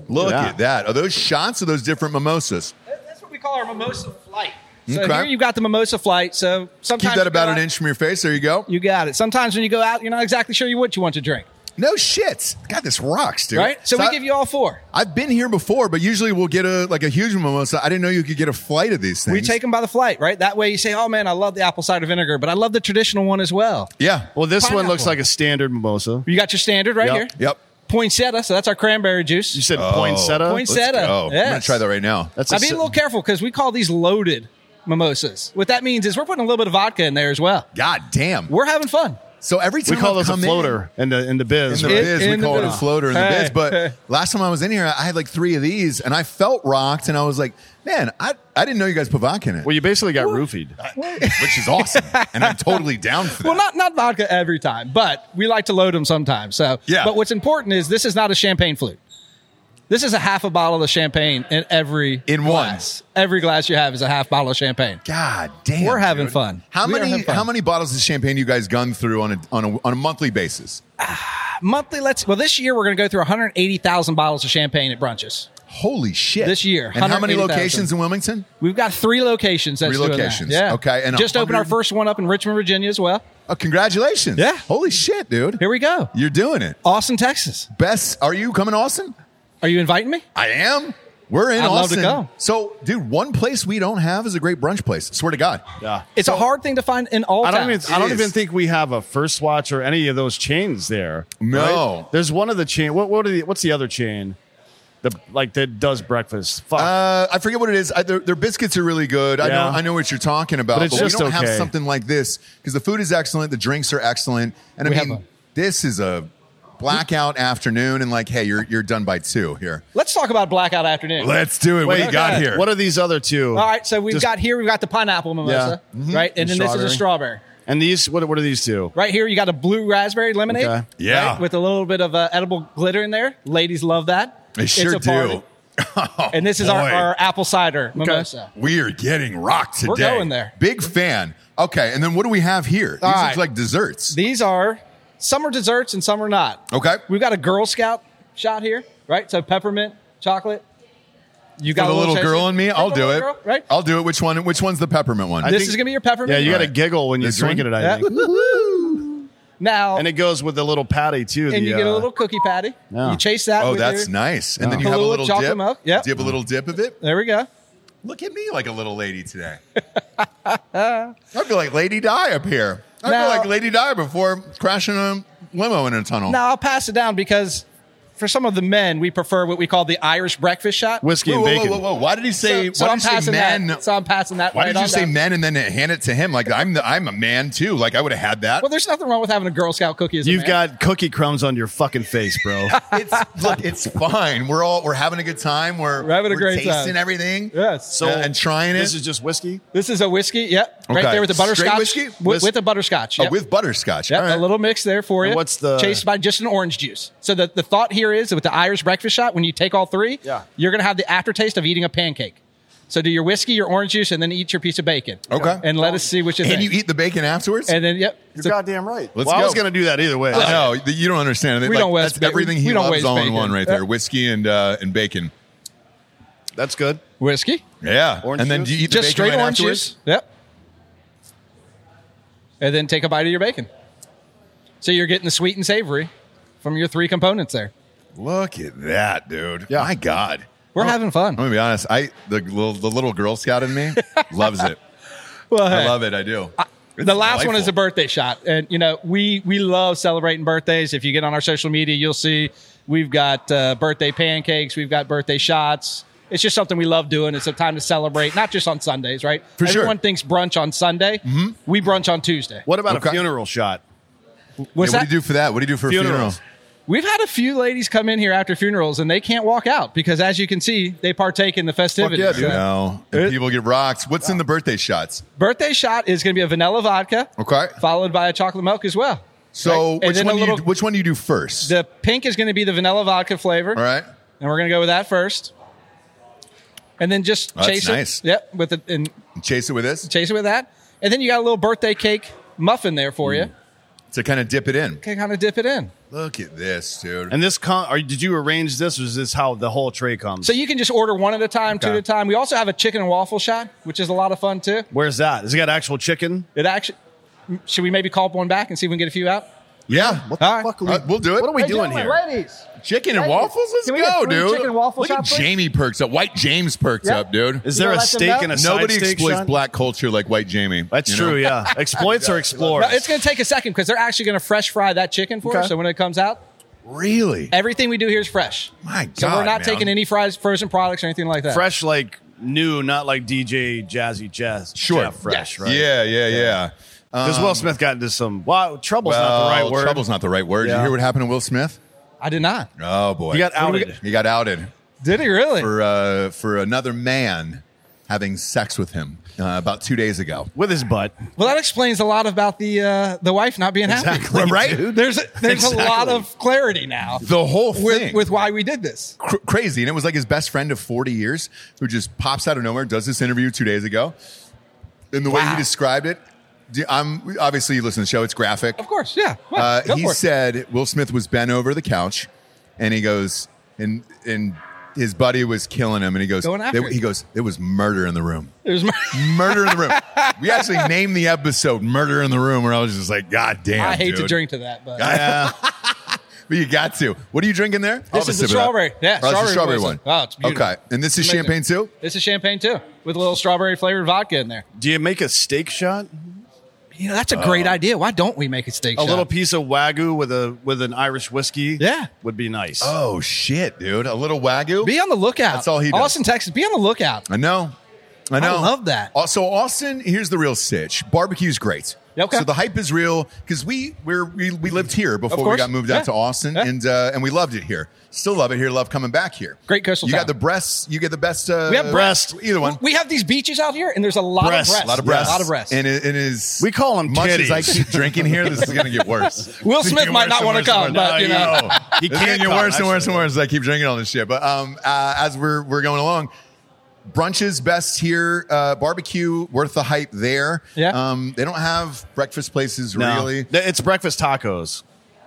S2: Look
S3: Yeah.
S2: at that. Are those shots? Are those different mimosas?
S7: That- That's what we call our mimosa flight. So
S2: Okay.
S7: here you've got the mimosa flight. So sometimes
S2: Keep that
S7: you go
S2: about an
S7: out-
S2: inch from your face. There you go.
S7: You got it. Sometimes when you go out, you're not exactly sure you what you want to drink,
S2: No shit. God, this rocks, dude.
S7: right? So, we
S2: I-
S7: give you all four.
S2: I've been here before, but usually we'll get a like a huge mimosa. I didn't know you could get a flight of these things.
S7: We take them by the flight, right? That way you say, "Oh man, I love the apple cider vinegar, but I love the traditional one as well."
S2: Yeah.
S3: Well, this one
S7: Pineapple.
S3: looks like a standard mimosa.
S7: You got your standard right
S3: Yep.
S7: here.
S2: Yep.
S7: Poinsettia. So that's our cranberry juice.
S3: You said
S2: Oh.
S3: poinsettia.
S7: Poinsettia.
S2: Let's
S7: Feta,
S2: go. I'm gonna
S7: yes.
S2: try that right now.
S3: That's
S7: Now be a little careful because we call these loaded mimosas. What that means is we're putting a little bit of vodka in there as well.
S2: God damn.
S7: We're having fun.
S2: so every time
S3: We call
S2: I've
S3: this a
S2: come in-
S3: floater in, the in the biz.
S2: in the
S3: right?
S2: biz,
S7: in
S2: we
S7: the
S2: call it a
S7: biz.
S2: floater in the
S7: Hey,
S2: biz. But
S7: hey.
S2: last time I was in here, I had like three of these, and I felt rocked, and I was like, "Man, I, I didn't know you guys put vodka in it,
S3: well, you basically got roofied.
S2: which is awesome, and I'm totally down for that."
S7: Well, not not vodka every time, but we like to load them sometimes. So
S2: Yeah.
S7: But what's important is this is not a champagne flute. This is a half a bottle of champagne in every
S2: In one.
S7: glass. Every glass you have is a half bottle of champagne.
S2: God damn,
S7: We're having
S2: dude.
S7: fun.
S2: How
S7: We are
S2: many
S7: having fun.
S2: how many bottles of champagne you guys gun through on a on a on a monthly basis?
S7: Monthly, let's. Well, this year we're going to go through 180,000 bottles of champagne at brunches.
S2: Holy shit!
S7: This year,
S2: and how many
S7: 180,000.
S2: locations in Wilmington?
S7: We've got three locations. That's
S2: Three
S7: doing that.
S2: locations.
S7: Yeah.
S2: Okay, and
S7: just opened our
S2: 100
S7: first one up in Richmond, Virginia as well.
S2: Oh, congratulations!
S7: Yeah.
S2: Holy shit, dude!
S7: Here we go.
S2: You're doing it.
S7: Austin, Texas.
S2: Best, are you coming, Austin?
S7: Are you inviting me?
S2: I am. We're in
S7: I'd love to
S2: Austin.
S7: go.
S2: So, dude, one place we don't have is a great brunch place. Swear to God.
S3: Yeah.
S7: It's a hard thing to find in all
S3: I
S7: towns.
S3: don't even. I don't
S2: It is.
S3: even think we have a First Watch or any of those chains there.
S2: No.
S3: right? there's one of the chain. What? What? Are the, what's the other chain? The like that does breakfast. Fuck.
S2: Uh, I forget what it is. I, their, their biscuits are really good. I
S3: Yeah.
S2: know I know what you're talking about.
S3: But
S2: But,
S3: it's
S2: we
S3: just
S2: don't have
S3: okay.
S2: something like this because the food is excellent, the drinks are excellent, and
S7: We
S2: I
S7: have
S2: mean
S7: a-
S2: this is a blackout afternoon, and like, hey, you're you're done by two here.
S7: Let's talk about Blackout Afternoon.
S2: Let's do it. what do you got
S7: okay.
S2: here?
S3: what are these other two?
S7: all right, so we've
S3: Just-
S7: got here, we've got the pineapple mimosa,
S3: Yeah. Mhm.
S7: right? And then this is a strawberry.
S3: And these. What? What are these two?
S7: Right here, you got a blue raspberry lemonade.
S3: Okay.
S2: Yeah.
S7: right, With a little bit of uh, edible glitter in there. Ladies love that.
S2: They sure
S7: it's a party.
S2: do. Oh,
S7: And this is our,
S2: boy.
S7: our apple cider mimosa.
S2: We are getting rocked today.
S7: We're going there.
S2: Big fan. Okay, and then what do we have here? These
S7: All
S2: look
S7: right.
S2: like desserts.
S7: These are some are desserts and some are not.
S2: Okay.
S7: We've got a Girl Scout shot here, right? So peppermint, chocolate. You
S2: For
S7: got
S2: the
S7: a
S2: little
S7: taste
S2: girl
S7: of-
S2: in me,
S7: Yeah,
S2: I'll
S7: for
S2: do
S7: the
S2: it. Oh,
S7: girl, right?
S2: I'll do it. Which one? Which one's the peppermint one?
S3: I
S7: this
S3: think-
S7: is gonna be your peppermint.
S3: Yeah, you got to
S2: Right.
S3: giggle when you
S2: This
S3: drink
S2: one?
S3: it. I
S7: Yeah.
S3: think.
S7: now,
S3: And
S7: and,
S3: it goes with the little patty too. the,
S7: you get a
S3: uh,
S7: little cookie patty.
S3: Yeah.
S7: You chase that.
S2: Oh,
S7: with
S2: that's
S7: your-
S2: nice. And then
S7: Yeah.
S2: you have a
S7: Kahlua
S2: little
S7: chocolate
S2: dip.
S7: milk, yep.
S2: Do you have a little dip of it?
S7: There we go.
S2: Look at me like a little lady today. I feel like Lady Di up here. I
S7: Now-
S2: feel like Lady Di before crashing a limo in a tunnel.
S7: Now I'll pass it down because for some of the men, we prefer what we call the Irish breakfast shot.
S3: whiskey
S2: whoa,
S3: and
S2: whoa,
S3: bacon.
S2: whoa, whoa, whoa. Why did he say?
S7: so, so
S2: why
S7: I'm
S2: did you say
S7: passing
S2: men?
S7: that. So I'm passing that.
S2: why
S7: right
S2: did you
S7: on
S2: say
S7: down.
S2: men and then hand it to him? Like I'm the I'm a man too. Like I would have had that.
S7: Well, there's nothing wrong with having a Girl Scout cookie. As a
S3: You've
S7: man.
S3: got cookie crumbs on your fucking face, bro.
S2: it's look, it's fine. We're all we're having a good time. We're,
S7: We're having a
S2: we're
S7: great
S2: tasting
S7: time.
S2: everything.
S7: Yes.
S2: So and trying it
S3: this is just whiskey.
S7: This is a whiskey. Yep. Right
S2: Okay.
S7: there with the
S2: Straight
S7: butterscotch.
S2: whiskey?
S7: Wi-
S2: Whis-
S7: With, the butterscotch.
S2: Oh,
S7: Yep.
S2: with butterscotch.
S7: Yep,
S2: All right.
S7: a little mix there for you.
S3: And what's the-
S7: chased by just an orange juice? So the, the thought here is with the Irish breakfast shot, when you take all three,
S3: Yeah.
S7: you're gonna have the aftertaste of eating a pancake. So do your whiskey, your orange juice, and then eat your piece of bacon.
S2: Okay.
S7: And let us see what you
S2: And you
S7: think.
S2: eat the bacon afterwards.
S7: and then yep.
S3: You're
S7: So-
S3: goddamn right.
S2: Let's
S3: well, I
S2: go.
S3: was going to do that either way.
S2: I know you don't understand.
S7: We
S2: Like,
S7: don't waste
S2: that's
S7: ba-
S2: everything
S7: we
S2: he
S7: don't
S2: loves
S7: waste
S2: all in
S7: bacon.
S2: one right there: whiskey and uh, and bacon.
S3: That's good.
S7: whiskey.
S2: Yeah,
S3: Orange
S2: and then
S3: juice?
S2: do you eat the
S7: Just
S2: bacon
S7: straight
S2: right
S7: orange
S2: afterwards?
S7: juice. Yep. And then take a bite of your bacon. So you're getting the sweet and savory from your three components there.
S2: Look at that, dude!
S3: Yeah.
S2: My God,
S7: We're
S2: I'm-
S7: having fun.
S2: I'm gonna be honest. Oh. I the little the little Girl Scout in me loves it.
S7: Well,
S2: I
S7: hey.
S2: love it. I do. It's
S7: the last one is a
S2: delightful.
S7: birthday shot, and you know we we love celebrating birthdays. If you get on our social media, you'll see we've got uh, birthday pancakes, we've got birthday shots. It's just something we love doing. It's a time to celebrate, not just on Sundays, right?
S2: For sure. Mm-hmm.
S7: Everyone thinks brunch on Sunday. We brunch on Tuesday.
S3: What about
S2: Okay.
S3: a funeral shot?
S7: What's
S2: Yeah, what
S7: that?
S2: do you do for that? What do you do for a
S3: Funerals.
S2: funeral?
S7: We've had a few ladies come in here after funerals, and they can't walk out because, as you can see, they partake in the festivities.
S3: yeah, dude.
S2: You
S7: So,
S2: know, and people get rocked. What's in the birthday shots?
S7: Birthday shot is going to be a vanilla vodka,
S2: Okay.
S7: followed by a chocolate milk as well.
S2: So
S7: And
S2: which
S7: then
S2: one
S7: a
S2: do you,
S7: little-
S2: which one do you do first?
S7: The pink is going to be the vanilla vodka flavor.
S2: All right.
S7: and we're gonna go with that first, and then just
S2: That's
S7: chase it.
S2: nice.
S7: Yep, with it and
S2: Chase it with this
S7: chase it with that, and then you got a little birthday cake muffin there for you.
S2: to kind of dip it in.
S7: Can kind of dip it in,
S2: Look at this, dude.
S3: And this con- are, did you arrange this, or is this how the whole tray comes?
S7: so you can just order one at a time, two
S3: Okay.
S7: at a time. We also have a chicken and waffle shot, which is a lot of fun too.
S3: Where's that? Has it got actual chicken?
S7: It actually, should we maybe call up one back and see if we can get a few out?
S2: yeah.
S3: What the
S7: All right.
S3: fuck? Are
S2: All right, Uh, we'll do it.
S3: What are we
S2: Hey,
S3: doing
S7: gentlemen,
S3: here?
S7: ladies?
S2: Chicken and
S7: Hey,
S2: waffles? Let's
S7: can we get
S2: go,
S7: three
S2: dude.
S7: chicken and waffle
S2: Look at
S7: shot, please?
S2: Jamie perks up. White James perks
S7: Yeah.
S2: up, dude.
S3: Is
S7: You
S3: there a
S7: gonna let them
S3: steak
S7: know?
S3: and a side
S2: Nobody
S3: steak
S2: exploits
S3: shot?
S2: black culture like White Jamie.
S3: That's
S2: you know?
S3: true. Yeah, exploits or explorers.
S7: No, Uh, it's going to take a second because they're actually going to fresh fry that chicken for us.
S3: Okay.
S7: So when it comes out,
S2: Really?
S7: everything we do here is fresh.
S2: My God.
S7: So we're
S2: man.
S7: not taking any fries, frozen products, or anything like that.
S3: fresh, like new, not like DJ Jazzy Jazz.
S2: Sure.
S3: Jeff fresh, right?
S2: Yeah, yeah, yeah. Uh,
S3: Because Will Smith got into some. Wow, trouble's not
S2: Well,
S3: the right word.
S2: Trouble's not the right word. Did
S3: Yeah.
S2: you hear what happened to Will Smith?
S7: I did not.
S2: Oh, boy.
S3: He got outed.
S2: He got outed
S7: Did he really?
S2: for, uh, for another man having sex with him uh, about two days ago.
S3: with his butt.
S7: Well, that explains a lot about the uh, the wife not being
S3: Exactly,
S7: happy.
S2: Right?
S3: dude.
S7: There's there's
S3: Exactly.
S7: a lot of clarity now
S2: The whole
S7: with,
S2: thing.
S7: with why we did this.
S2: cr- crazy. And it was like his best friend of 40 years who just pops out of nowhere, does this interview two days ago. And the way he described it, d- I'm obviously you listen to the show, it's graphic.
S7: Of course, yeah. Well,
S2: Uh,
S7: go
S2: he
S7: for it.
S2: said Will Smith was bent over the couch and he goes, and, and his buddy was killing him. And he goes,
S7: Going after
S2: "There-
S7: it.
S2: he goes, it was murder in the room.
S7: There's my-
S2: Murder in the room. We actually named the episode Murder in the Room, where I was just like, God damn.
S7: I hate to
S2: dude."
S7: drink to that, but
S2: Yeah. but you got to. What are you drinking there? I'll have
S7: This
S2: a sip
S7: is the
S2: of that.
S7: strawberry. Yeah,
S2: Oh, that's the
S7: strawberry
S2: strawberry one.
S7: poison. Oh, it's beautiful.
S2: Okay, and this is
S7: Amazing.
S2: champagne too.
S7: This is champagne too, with a little strawberry flavored vodka in there.
S3: Do you make a steak shot?
S7: You know, that's a great idea. Why don't we make a steak?
S3: A
S7: shot?
S3: little piece of wagyu with a with an Irish whiskey.
S7: Yeah.
S3: would be nice.
S2: Oh shit, dude! A little wagyu.
S7: Be on the lookout.
S2: That's all he does.
S7: Austin, Texas. Be on the lookout.
S2: I know. I know.
S7: love that.
S2: Also, Austin, here's the real sitch. Barbecue's great.
S7: Okay.
S2: So the hype is real because we we're, we we lived here before we
S7: course.
S2: got moved
S7: Yeah.
S2: out to Austin,
S7: Yeah.
S2: and uh, and we loved it here. Still love it here. Love coming back here.
S7: Great coastal
S2: You
S7: town.
S2: got the breasts. You get the best. Uh,
S7: We have breast.
S2: Either one.
S7: We have these beaches out here, and there's a lot
S3: Breasts.
S7: of breasts.
S2: a lot of breasts.
S7: A lot of breasts.
S2: And it, it is.
S3: We call 'em
S2: Much as I
S3: titties.
S2: keep drinking here, this is going to get worse.
S7: Will Smith might not wanna come, but, you know.
S2: he can't get worse and worse and worse as I keep drinking all this shit. But um, uh, as we're we're going along, brunches best here. Uh, barbecue worth the hype there.
S7: Yeah.
S2: Um, they don't have breakfast places
S3: No.
S2: really.
S3: Th- It's breakfast tacos,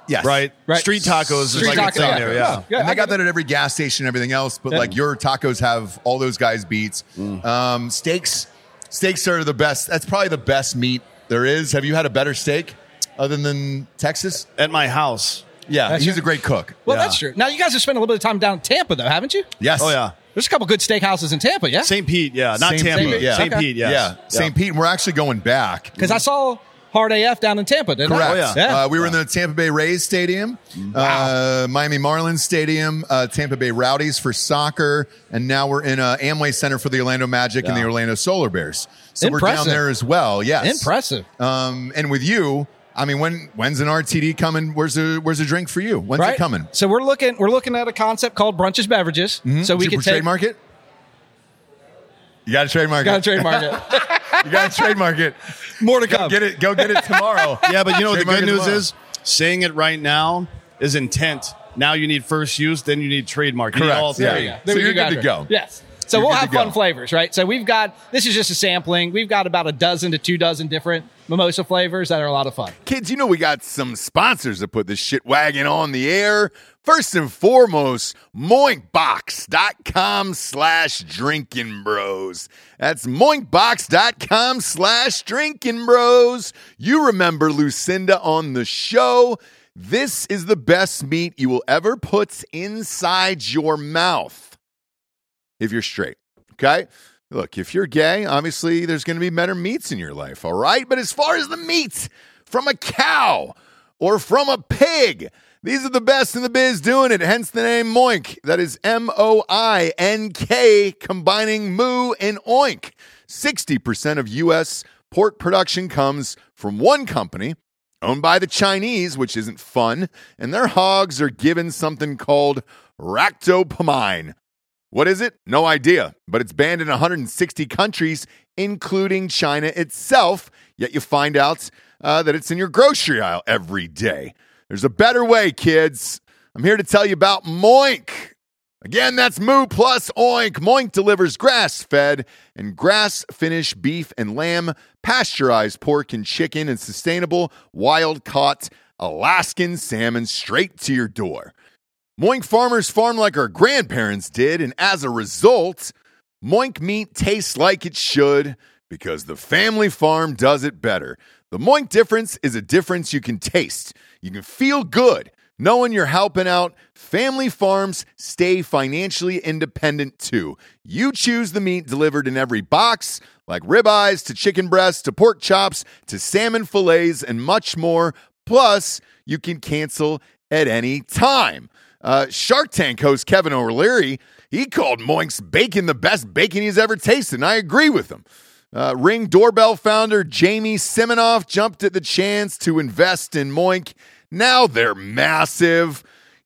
S2: Yes.
S3: right?
S7: Right.
S3: Street tacos
S7: Street
S3: is like
S7: tacos,
S3: it's down
S7: yeah.
S3: there. Yeah.
S7: Yeah,
S2: and
S7: I
S2: they got
S7: get
S2: that at every gas station and everything else, but like your tacos have all those guys' beats. Um, steaks, steaks are the best. That's probably the best meat there is. Have you had a better steak other than Texas?
S3: At my house.
S2: Yeah,
S7: That's
S2: he's
S7: right.
S2: a great cook.
S7: well,
S3: Yeah.
S7: that's true. Now you guys have spent a little bit of time down in Tampa, though, haven't you?
S2: Yes.
S3: Oh yeah.
S7: There's a couple good steakhouses in Tampa, yeah.
S3: St. Pete, yeah, not
S2: St.
S3: Tampa.
S2: Pete, yeah.
S3: St.
S7: Okay.
S3: Pete, yes. yeah.
S2: Yeah, St. Pete. And we're actually going back.
S7: Because I saw Hard AF down in Tampa. Didn't
S2: Correct.
S7: I?
S3: yeah.
S2: Uh, we were in the Tampa Bay Rays Stadium, uh, Miami Marlins Stadium, uh, Tampa Bay Rowdies for soccer, and now we're in uh, Amway Center for the Orlando Magic and the
S3: Yeah.
S2: Orlando Solar Bears. So we're
S7: Impressive.
S2: down there as well. Yes,
S7: Impressive.
S2: Um, and with you, I mean, when when's an RTD coming? Where's a where's a drink for you? When's
S7: right.
S2: it coming?
S7: So we're looking. We're looking at a concept called brunches beverages. So we
S2: Super
S7: can take.
S2: trademark it. You got to trademark
S7: Got to
S2: it.
S7: trademark it.
S2: you got to trademark it.
S7: More to
S2: Go
S7: come.
S2: get it. Go get it tomorrow.
S3: Yeah, but you know what the
S2: Trademark
S3: good
S2: it
S3: news
S2: tomorrow.
S3: is? Saying it right now is intent. Now you need first use, then you need trademark. You need
S2: Correct,
S3: all
S2: yeah.
S3: three.
S2: Yeah.
S7: There
S2: So
S7: we
S2: you're
S7: go,
S2: good to
S7: Gotcha.
S2: go.
S7: Yes. So
S2: You're
S7: we'll
S2: good
S7: have
S2: to go.
S7: fun flavors, right? So we've got this is just a sampling. We've got about a dozen to two dozen different mimosa flavors that are a lot of fun.
S2: Kids, you know we got some sponsors to put this shit wagon on the air. First and foremost, moinkbox.com slash drinking bros. That's moinkbox.com slash drinking bros. You remember Lucinda on the show. This is the best meat you will ever put inside your mouth if you're straight. Okay? Look, if you're gay, obviously there's going to be better meats in your life, all right? But as far as the meat from a cow or from a pig, these are the best in the biz doing it, hence the name Moink. That is M O I N K, combining moo and oink. 60% of U.S. pork production comes from one company owned by the Chinese, which isn't fun, and their hogs are given something called ractopamine. What is it? No idea, but it's banned in 160 countries, including China itself. Yet you find out uh, that it's in your grocery aisle every day. There's a better way, kids. I'm here to tell you about Moink. Again, that's Moo Plus Oink. Moink delivers grass fed and grass finished beef and lamb, pasteurized pork and chicken, and sustainable wild caught Alaskan salmon straight to your door. Moink farmers farm like our grandparents did, and as a result, Moink meat tastes like it should because the family farm does it better. The Moink difference is a difference you can taste. You can feel good knowing you're helping out. Family farms stay financially independent too. You choose the meat delivered in every box, like ribeyes to chicken breasts to pork chops to salmon fillets and much more. Plus, you can cancel at any time. Uh, Shark Tank host Kevin O'Leary, he called Moink's bacon the best bacon he's ever tasted, and I agree with him. Uh, Ring Doorbell founder Jamie Siminoff jumped at the chance to invest in Moink. Now they're massive.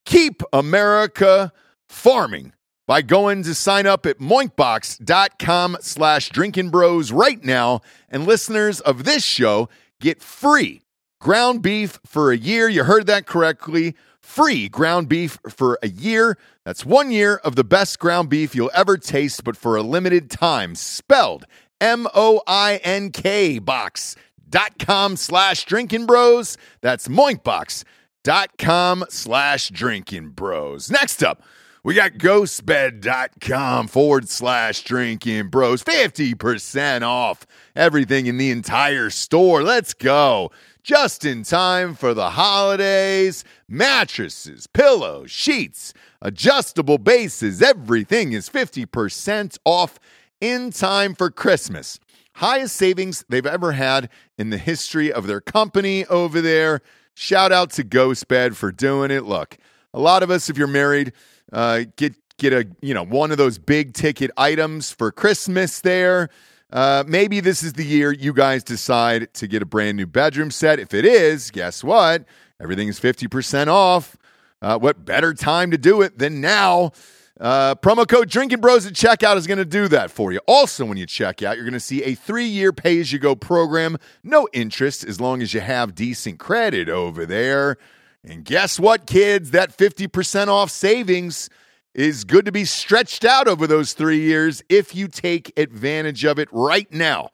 S2: Keep America farming by going to sign up at moinkbox.com slash drinking bros right now and listeners of this show get free ground beef for a year you heard that correctly free ground beef for a year that's one year of the best ground beef you'll ever taste but for a limited time spelled m-o-i-n-k box dot com slash drinking bros that's moinkbox dot com slash drinking bros next up we got ghostbed.com forward slash drinking bros. 50% off everything in the entire store. Let's go. just in time for the holidays. Mattresses, pillows, sheets, adjustable bases, everything is 50% off in time for Christmas. Highest savings they've ever had in the history of their company over there. Shout out to Ghostbed for doing it. Look, a lot of us, if you're married, uh, get get a you know one of those big ticket items for Christmas there. Uh, maybe this is the year you guys decide to get a brand new bedroom set. If it is, guess what? Everything is 50% off. Uh, what better time to do it than now? Uh, promo code Drinking Bros at checkout is going to do that for you. Also, when you check out, you're going to see a three year pay as you go program. No interest as long as you have decent credit over there. And guess what, kids? That 50% off savings is good to be stretched out over those three years if you take advantage of it right now.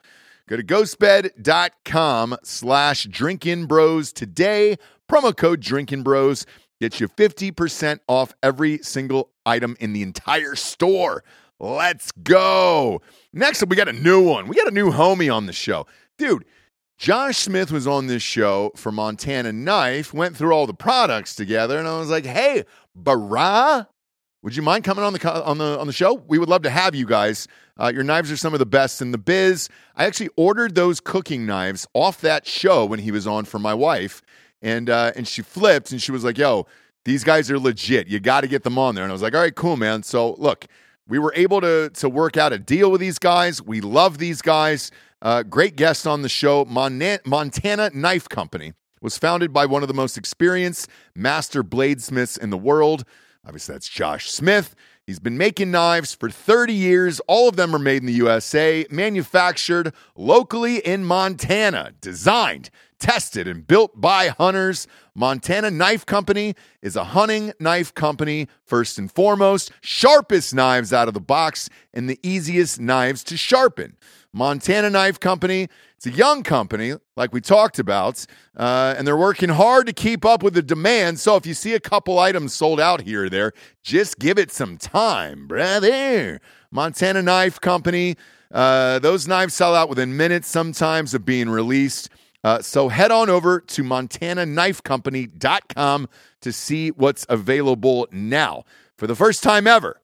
S2: Go to ghostbed.com slash drinkin' bros today. Promo code drinkin' bros gets you 50% off every single item in the entire store. Let's go. Next up, we got a new one. We got a new homie on the show. Dude, Josh Smith was on this show for Montana Knife, went through all the products together, and I was like, hey, Barah, would you mind coming on the co- on the on the show? We would love to have you guys. Uh, your knives are some of the best in the biz. I actually ordered those cooking knives off that show when he was on for my wife, and uh, and she flipped and she was like, "Yo, these guys are legit. You got to get them on there." And I was like, "All right, cool, man." So look, we were able to to work out a deal with these guys. We love these guys. Uh, great guest on the show, Monan- Montana Knife Company was founded by one of the most experienced master bladesmiths in the world. Obviously, that's Josh Smith. He's been making knives for 30 years. All of them are made in the USA, manufactured locally in Montana, designed, tested, and built by hunters. Montana Knife Company is a hunting knife company, first and foremost. Sharpest knives out of the box and the easiest knives to sharpen. Montana Knife Company. It's a young company, like we talked about, uh, and they're working hard to keep up with the demand. So if you see a couple items sold out here or there, just give it some time, brother. Montana Knife Company. Uh, those knives sell out within minutes sometimes of being released. Uh, so head on over to montanaknifecompany.com to see what's available now. For the first time ever,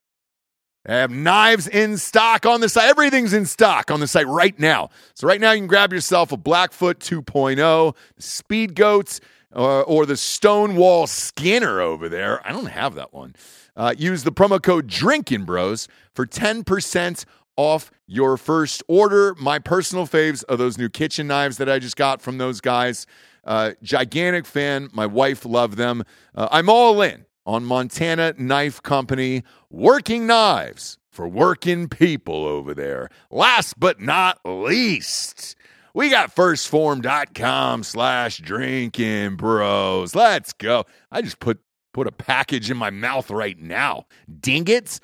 S2: I have knives in stock on the site. Everything's in stock on the site right now. So right now you can grab yourself a Blackfoot oh, 2.0, Speed Goats, or, uh, or the Stonewall Skinner over there. I don't have that one. Uh, use the promo code Drinking Bros for 10% off your first order. My personal faves are those new kitchen knives that I just got from those guys. Uh, gigantic fan. My wife loved them. Uh, I'm all in on Montana Knife Company, working knives for working people over there. Last but not least, we got firstform.com slash drinking bros. Let's go. I just put put a package in my mouth right now. Ding it.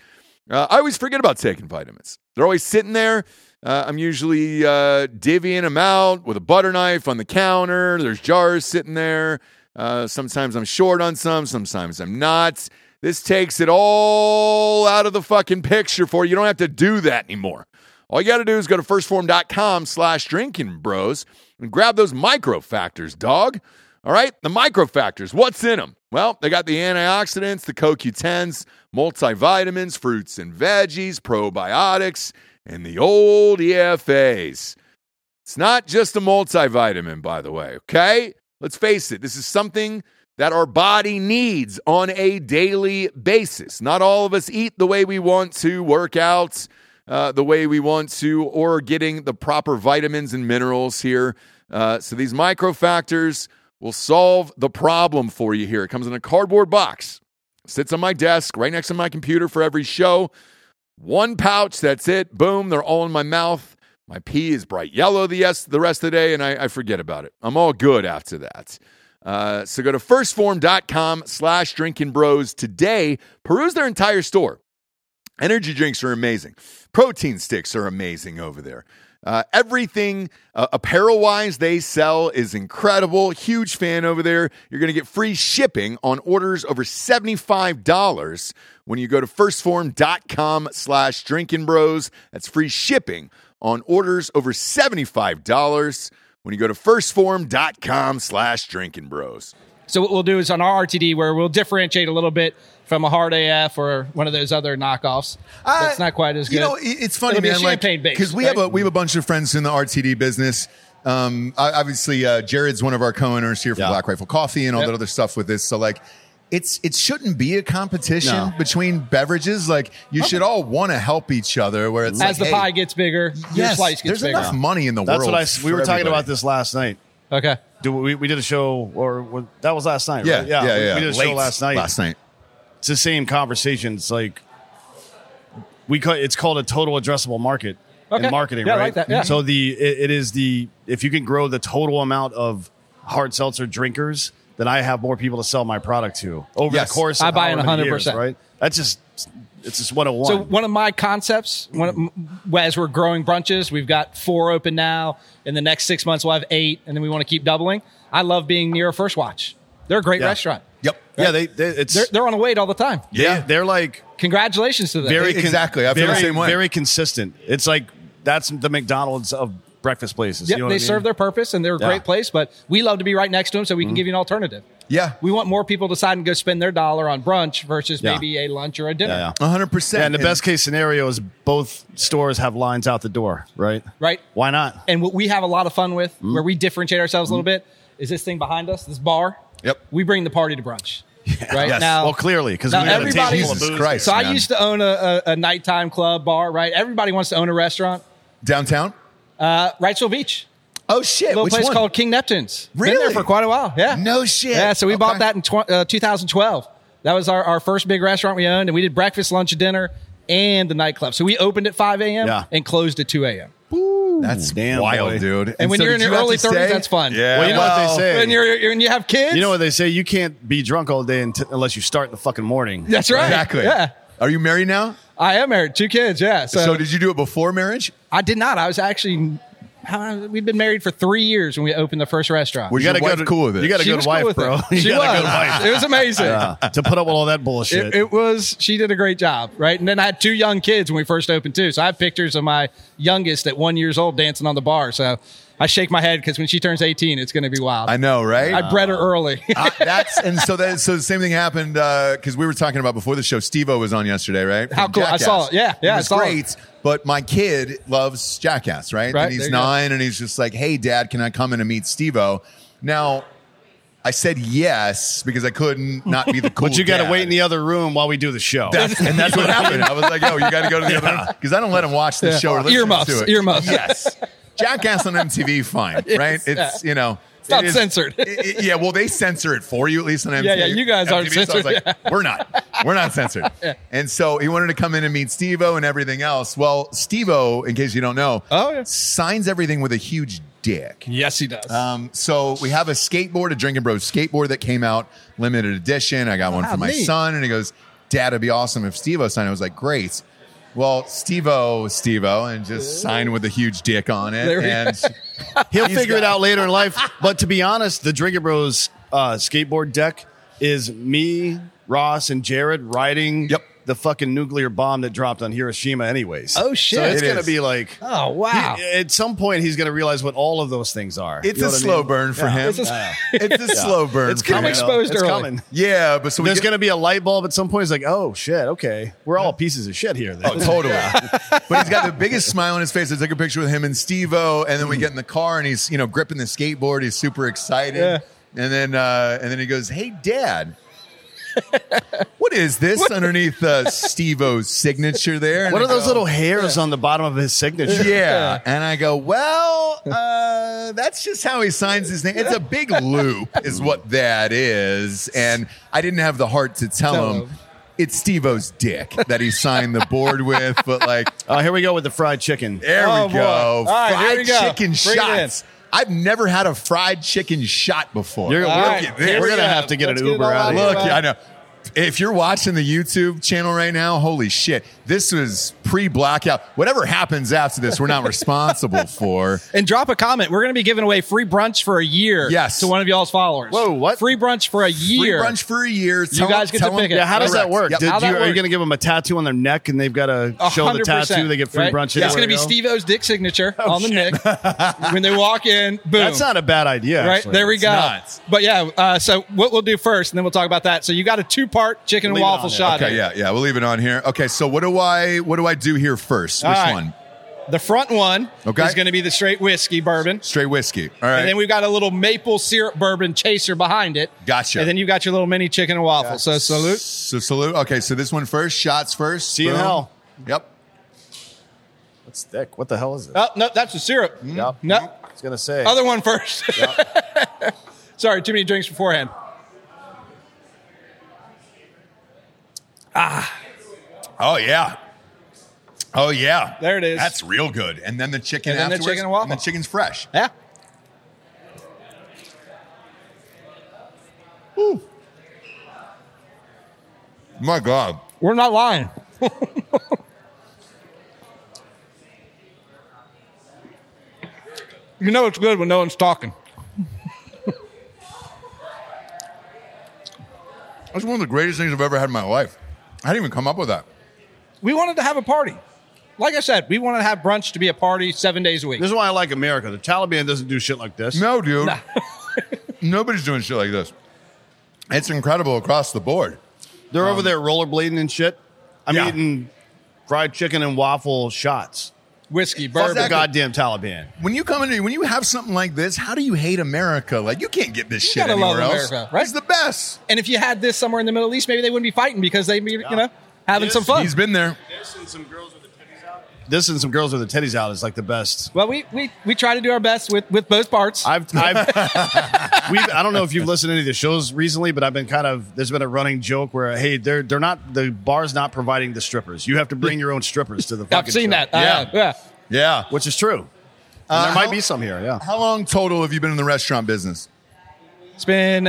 S2: Uh, I always forget about taking vitamins. They're always sitting there. Uh, I'm usually uh, divvying them out with a butter knife on the counter. There's jars sitting there. Uh, sometimes I'm short on some, sometimes I'm not. This takes it all out of the fucking picture for you. You don't have to do that anymore. All you got to do is go to firstform.com slash drinking bros and grab those micro factors, dog. All right, the micro factors, what's in them? Well, they got the antioxidants, the CoQ10s, multivitamins, fruits and veggies, probiotics, and the old E EFAs. It's not just a multivitamin, by the way, okay? Let's face it, this is something that our body needs on a daily basis. Not all of us eat the way we want to, work out uh, the way we want to, or getting the proper vitamins and minerals here. Uh, so these micro factors will solve the problem for you here. It comes in a cardboard box, sits on my desk right next to my computer for every show. One pouch, that's it. Boom, they're all in my mouth. My pee is bright yellow the, yes, the rest of the day, and I, I forget about it. I'm all good after that. Uh, so go to firstform.com slash drinking bros today. Peruse their entire store. Energy drinks are amazing. Protein sticks are amazing over there. Uh, everything uh, apparel wise they sell is incredible. Huge fan over there. You're going to get free shipping on orders over $75 when you go to firstform.com slash drinking bros. That's free shipping on orders over $75
S1: when you go to firstform.com slash drinking bros.
S7: So what we'll do is on our RTD where we'll differentiate a little bit from a hard AF or one of those other knockoffs. That's not quite as good.
S2: Uh, You know, it- it's funny,
S7: It'll be a
S2: man. like,
S7: champagne base,
S2: we have
S7: right?
S2: a we have a bunch of friends in the RTD business. Um, I- obviously, uh, Jared's one of our co-owners here for
S5: Yeah.
S2: Black Rifle Coffee and all
S7: Yep.
S2: that other stuff with this. So, like, it's it shouldn't be a competition
S3: No.
S2: between beverages. Like, you should all want to help each other. Where it's
S7: as the
S2: like,
S7: pie
S2: hey,
S7: gets bigger, your
S2: yes,
S7: slice gets
S2: there's
S7: bigger.
S2: enough money in the
S3: That's
S2: world.
S3: what I. s- We
S2: for
S3: were talking
S2: everybody.
S3: about this last night.
S7: Okay.
S3: Do we, we did a show or was- that was last night?
S2: Yeah,
S3: right?
S2: yeah, yeah.
S3: we-
S2: yeah.
S3: We did a show
S2: Late
S3: last night.
S2: Last night.
S3: It's the same conversation. It's like we call it's called a total addressable market
S7: Okay.
S3: in marketing,
S7: Yeah, I
S3: right?
S7: like that, yeah.
S3: So the it, it is the if you can grow the total amount of hard seltzer drinkers, then I have more people to sell my product to over
S2: Yes.
S3: the course.
S7: I
S3: of
S7: buy in
S3: however many
S7: 100%.
S3: years, right? That's just it's just one hundred one.
S7: So one of my concepts, one of, m- as we're growing brunches, we've got four open now. In the next six months, we'll have eight, and then we want to keep doubling. I love being near a First Watch. They're a great
S3: Yeah.
S7: restaurant.
S2: Yep.
S3: yeah, they, they it's
S7: They're, they're on a wait all the time.
S3: yeah they're like
S7: Congratulations to them.
S3: very con-
S2: Exactly. I feel the
S3: very-
S2: same way.
S3: Very consistent. It's like that's the McDonald's of breakfast places.
S7: Yep,
S3: you know
S7: they
S3: what I mean?
S7: serve their purpose and they're a
S3: Yeah. Mm-hmm.
S7: great place, but we love to be right next to them so we can give you an alternative.
S2: Yeah.
S7: We want more people to decide and go spend their dollar on brunch versus
S3: Yeah.
S7: maybe a lunch or a dinner.
S3: Yeah, yeah.
S2: One hundred percent.
S3: Yeah, and the best case scenario is both stores have lines out the door, right?
S7: Right.
S3: Why not?
S7: And what we have a lot of fun with,
S2: Mm-hmm.
S7: where we differentiate ourselves a little bit, is this thing behind us, this bar.
S2: Yep.
S7: We bring the party to brunch. Right
S2: Yes.
S7: now.
S3: well, clearly, because
S7: now
S3: we had a table
S7: everybody-
S3: full of
S2: Jesus
S3: booze.
S2: Christ.
S7: so I
S2: man.
S7: used to own a, a, a nighttime club bar, right? Everybody wants to own a restaurant.
S2: downtown.
S7: Uh, Wrightsville Beach,
S2: Oh shit!
S7: a little
S2: Which
S7: place
S2: one?
S7: called King Neptune's. Been there
S2: Really?
S7: for quite a while. Yeah.
S2: No shit.
S7: Yeah, so we bought
S2: Okay.
S7: that in tw- uh, 2012. That was our, our first big restaurant we owned, and we did breakfast, lunch, and dinner, and the nightclub. So we opened at 5 a.m.
S3: Yeah.
S7: and closed at 2 a.m.
S2: That's
S3: Damn,
S2: wild,
S3: boy.
S2: dude.
S7: And when
S2: so
S7: you're
S2: did
S7: in your
S2: you have
S7: early
S2: to
S7: 30s,
S2: stay?
S7: that's fun.
S2: Yeah.
S3: Well, you know what
S2: Well,
S3: they say.
S7: When you're, you're when you have kids,
S3: you know what they say. You can't be drunk all day unt- unless you start in the fucking morning.
S7: That's right.
S2: Exactly.
S7: Yeah,
S2: Are you married now?
S7: I am married, two kids. Yeah. So,
S2: So, did you do it before marriage?
S7: I did not. I was actually. how- We'd been married for three years when we opened the first restaurant.
S2: Was
S3: You gotta
S2: your
S3: go
S2: wife
S3: to
S2: cool with it?
S3: You got a
S7: She
S3: good
S7: was cool
S3: wife,
S7: with it.
S3: bro. You
S7: She
S3: got a
S7: was.
S3: good wife. Ah,
S7: It was amazing.
S3: Yeah, to put up with all that bullshit.
S7: It, it was. She did a great job, right? And then I had two young kids when we first opened too. So I have pictures of my youngest at one years old dancing on the bar. So I shake my head because when she turns eighteen, it's going to be wild.
S2: I know, right?
S7: I bred her early.
S2: Uh, that's and so that so the same thing happened because we were talking about before the show. Steve O was on yesterday, right?
S7: How
S2: From
S7: cool. I saw it. Yeah, yeah,
S2: He
S7: I
S2: was
S7: saw it.
S2: great. But my kid loves Jackass, right?
S7: Right,
S2: and he's
S7: there you go.
S2: nine, and he's just like, "Hey, Dad, can I come in and meet Steve O?" Now, I said yes because I couldn't not be the cool.
S3: but you got to
S2: dad.
S3: wait in the other room while we do the show.
S2: That's, and that's what happened. I was like, "Yo, you got to go to the other room because I don't let him watch the
S7: Yeah.
S2: show or listen
S7: Earmuffs,
S2: to it."
S7: earmuffs.
S2: Yes. Jackass on MTV, fine, right? It's you know, it's
S7: not censored.
S2: yeah, well, they censor it for you at least on MTV.
S7: Yeah, yeah, you guys aren't
S2: MTV, so I was
S7: censored,
S2: like, We're not. We're not censored. And so he wanted to come in and meet Steve-O and everything else. Well, Steve-O, in case you don't know,
S7: Oh, yeah.
S2: signs everything with a huge dick.
S7: yes, he does.
S3: Ah.
S2: Um, so we have a skateboard, a Drinking Bros skateboard that came out limited edition. I got one
S7: Wow,
S2: for my
S7: neat.
S2: son, and he goes, "Dad, it'd be awesome if Steve-O signed." I was like, "Great." Well, Steve-O, Steve-O, and just sign with a huge dick on it,
S7: There we go.
S2: and
S3: He'll figure it out later in life. But to be honest, the Drinker Bros uh, skateboard deck is me, Ross, and Jared riding
S2: Yep.
S3: the fucking nuclear bomb that dropped on Hiroshima, anyways.
S7: Oh, shit.
S3: So it's
S2: It
S3: gonna
S2: is.
S3: be like,
S7: oh wow.
S3: he- at some point, he's gonna realize what all of those things are.
S2: it's
S3: You know
S2: a
S3: what I
S2: slow
S3: mean?
S2: burn for him. It's
S7: It's
S2: a,
S7: a-
S2: slow burn.
S3: It's
S2: for
S3: coming.
S7: I'm
S2: him.
S7: exposed
S3: it's
S7: early.
S3: coming.
S2: Yeah, but so we
S3: There's
S2: get-
S3: gonna be a light bulb at some point. It's like, oh shit, okay, we're all pieces of shit here. Then.
S2: Oh, totally. but he's got the biggest smile on his face. I took a picture with him and Steve O, and then we get in the car and he's, you know, gripping the skateboard. He's super excited. And then uh, and then he goes, Hey dad. What is this underneath uh, Steve O's signature there? And
S3: What
S2: I
S3: are those
S2: go,
S3: little hairs on the bottom of his signature?
S2: Yeah. And I go, Well, uh, that's just how he signs his name. It's a big loop, is what that is. And I didn't have the heart to tell,
S7: Tell
S2: him,
S7: him.
S2: it's Steve O's dick that he signed the board with, but like
S3: Oh, here we go with the fried chicken.
S2: There
S7: Oh,
S2: we
S7: boy.
S2: go.
S7: All right,
S2: fried
S7: here we go.
S2: chicken
S7: Bring it in.
S2: shots. I've never had a fried chicken shot before.
S3: You're,
S2: look
S3: we're
S7: right,
S2: at
S3: we're
S2: this.
S7: we
S3: gonna
S7: go.
S3: have to get
S7: Let's
S3: an
S7: get it
S3: Uber
S7: all
S3: out
S7: out
S3: of
S7: here.
S3: here.
S2: Look, I know. If you're watching the YouTube channel right now, holy shit.
S1: This was pre-blackout. Whatever happens after this, we're not responsible for.
S7: And drop a comment. We're going to be giving away free brunch for a year
S1: Yes.
S7: to one of y'all's followers.
S3: Whoa, what?
S7: Free brunch for a year.
S1: Free brunch for a year.
S7: You guys get to pick it.
S3: Yeah, how does that work?
S1: Yep.
S3: Did
S7: How
S3: you,
S7: that
S3: are you
S7: work?
S3: going to give them a tattoo on their neck and they've got to
S7: A
S3: show the
S7: hundred percent,
S3: tattoo? They get free
S7: right?
S3: brunch.
S7: It's
S3: anywhere
S7: going to be
S3: they go?
S7: Steve O's dick signature on the neck. when they walk in, boom.
S3: That's not a bad idea.
S7: Right
S3: actually.
S7: there we
S3: It's
S7: go.
S1: not.
S7: But yeah, uh, so what we'll do first, and then we'll talk about that. So you got a two-part chicken
S3: Leave it
S7: and waffle
S3: on there.
S7: shot.
S1: Okay,
S7: here.
S1: yeah, yeah. We'll leave it on here. Okay, so what do I what do I do here first? Which
S7: All right.
S1: one?
S7: The front one
S1: Okay.
S7: is going to be the straight whiskey bourbon,
S1: Straight whiskey. All right.
S7: and then we've got a little maple syrup bourbon chaser behind it.
S1: Gotcha.
S7: And then you've got your little mini chicken and waffle. So salute.
S1: So salute. Okay, so this one first, shots first.
S3: See you in
S1: Boom.
S3: hell.
S1: Yep.
S3: That's thick. What the hell is it?
S7: Oh no, that's the syrup.
S3: Yep.
S7: No,
S3: I was going to say.
S7: other one first. Sorry, too many drinks beforehand.
S1: Oh yeah. Oh yeah.
S7: There it is.
S1: That's real good. And then the chicken
S7: And then the
S1: afterwards.
S7: chicken and waffle.
S1: the chicken's fresh.
S7: Yeah.
S1: My God.
S7: We're not lying. you know it's good when no one's talking.
S1: That's one of the greatest things I've ever had in my life. I didn't even come up with that.
S7: We wanted to have a party. Like I said, we want to have brunch to be a party seven days a week.
S3: This is why I like America. The Taliban doesn't do shit like this.
S1: No, dude. Nobody's doing shit like this. It's incredible across the board.
S3: They're
S7: Um,
S3: over there rollerblading and shit. I'm
S1: Yeah.
S3: eating fried chicken and waffle shots.
S7: Whiskey,
S3: Fuck
S7: bourbon.
S3: the goddamn Taliban.
S1: When you come into when you have something like this, how do you hate America? Like you can't get this
S7: You
S1: shit
S7: gotta love
S1: anywhere else.
S7: America, right?
S1: It's the best.
S7: And if you had this somewhere in the Middle East, maybe they wouldn't be fighting because they'd be, you know, having
S3: Yes,
S7: some fun.
S1: He's been there.
S3: This and some girls with the titties out. This and some girls with the titties out is like the best.
S7: Well, we, we, we try to do our best with, with both parts.
S3: I've, I've we've, I don't know if you've listened to any of the shows recently, but I've been kind of there's been a running joke where hey, they're they're not the bar's not providing the strippers. You have to bring your own strippers to the. Fucking
S7: I've seen
S3: show.
S7: that. Yeah. yeah.
S1: Yeah.
S3: which is true. And there might be some here. Yeah,
S1: Uh, How long total have you been in the restaurant business?
S7: It's been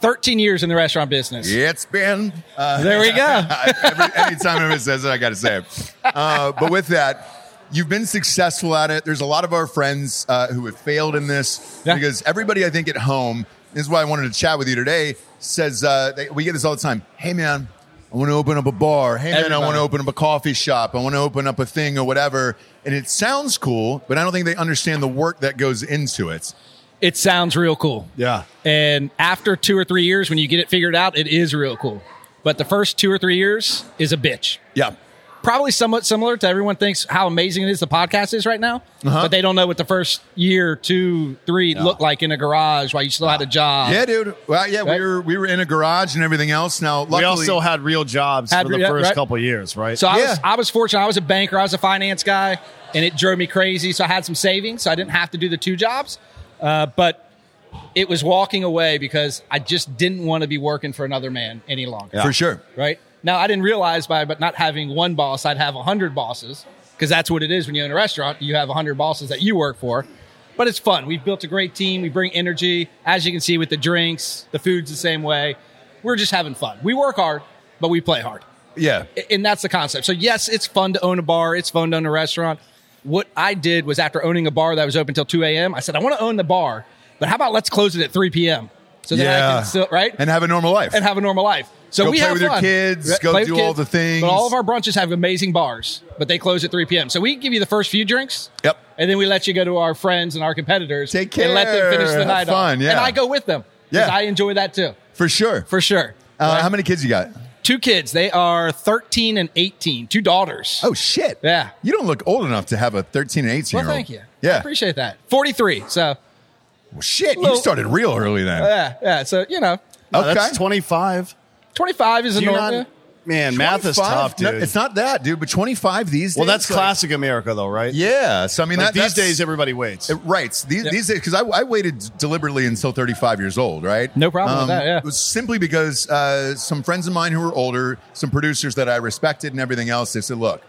S7: 13 years in the restaurant business.
S1: It's been uh,
S7: There we go.
S1: every, anytime anyone says it, I got to say it. Uh, but with that, you've been successful at it. There's a lot of our friends uh, who have failed in this
S7: Yeah.
S1: because everybody, I think, at home this is why I wanted to chat with you today. Says uh, they, we get this all the time. Hey, man. I want to open up a bar. Hey, man, I want
S7: Everybody.
S1: to open up a coffee shop. I want to open up a thing or whatever. And it sounds cool, but I don't think they understand the work that goes into it.
S7: It sounds real cool.
S3: yeah.
S7: And after two or three years, when you get it figured out, it is real cool. But the first two or three years is a bitch.
S1: Yeah.
S7: Probably somewhat similar to everyone thinks how amazing it is the podcast is right now, but they don't know what the first year, two, three looked like in a garage while you still had a job.
S1: Yeah, dude. Well, yeah, we
S7: Right.
S1: were we were in a garage and everything else. Now, luckily,
S3: we all still had real jobs
S7: Had
S3: for the
S7: re- yeah,
S3: first
S7: right.
S3: couple years, right?
S7: So I,
S1: Yeah.
S7: was, I was fortunate. I was a banker. I was a finance guy, and it drove me crazy. So I had some savings, so I didn't have to do the two jobs. Uh, but it was walking away because I just didn't want to be working for another man any longer.
S1: for sure.
S7: right? Now I didn't realize by but not having one boss, I'd have hundred bosses because that's what it is when you own a restaurant. You have hundred bosses that you work for, but it's fun. We've built a great team. We bring energy, as you can see with the drinks, the food's the same way. We're just having fun. We work hard, but we play hard,
S1: Yeah,
S7: A- and that's the concept. So yes, it's fun to own a bar. It's fun to own a restaurant. What I did was after owning a bar that was open till two a.m., I said I want to own the bar, but how about let's close it at three p.m. So that I
S1: yeah.
S7: can still right
S1: and have a normal life.
S7: and have a normal life. So
S1: Go
S7: we
S1: play
S7: have
S1: with your
S7: fun.
S1: kids, go
S7: play with
S1: do all the things.
S7: But all of our brunches have amazing bars, but they close at 3 p.m. So we give you the first few drinks.
S1: Yep.
S7: And then we let you go to our friends and our competitors.
S1: Take
S7: And let
S1: care.
S7: them finish the
S1: Have
S7: night
S1: fun,
S7: off.
S1: yeah.
S7: And I go with them. 'cause
S1: Yeah.
S7: I enjoy that too,
S1: for sure.
S7: for sure.
S1: uh,
S7: Right?
S1: How many kids you got?
S7: Two kids. They are 13 and 18. Two daughters.
S1: Oh shit!
S7: Yeah.
S1: you don't look old enough to have a thirteen and eighteen
S7: well,
S1: year old.
S7: thank you. I
S1: Yeah.
S7: appreciate that. 43. So,
S1: Well, shit, you
S7: Little-
S1: started real early then.
S7: Oh, yeah. Yeah. So, you know,
S3: No,
S1: okay.
S3: that's twenty five.
S7: 25 is uh, a
S3: Do you
S7: normal.
S3: not- man, math is
S1: 25?
S3: tough,
S1: No,
S3: dude.
S1: it's not that, dude. But twenty five these days.
S3: well, that's
S1: like-
S3: classic America, though, right?
S1: Yeah. So I mean, that,
S3: Like, these
S1: that's-
S3: days everybody waits.
S1: It- Uh, Right. So These,
S7: Yep.
S1: these days, because I, I waited deliberately until 35 years old, right? Um,
S7: No problem with that, yeah.
S1: It was simply because uh, some friends of mine who were older, some producers that I respected and everything else, they said, look,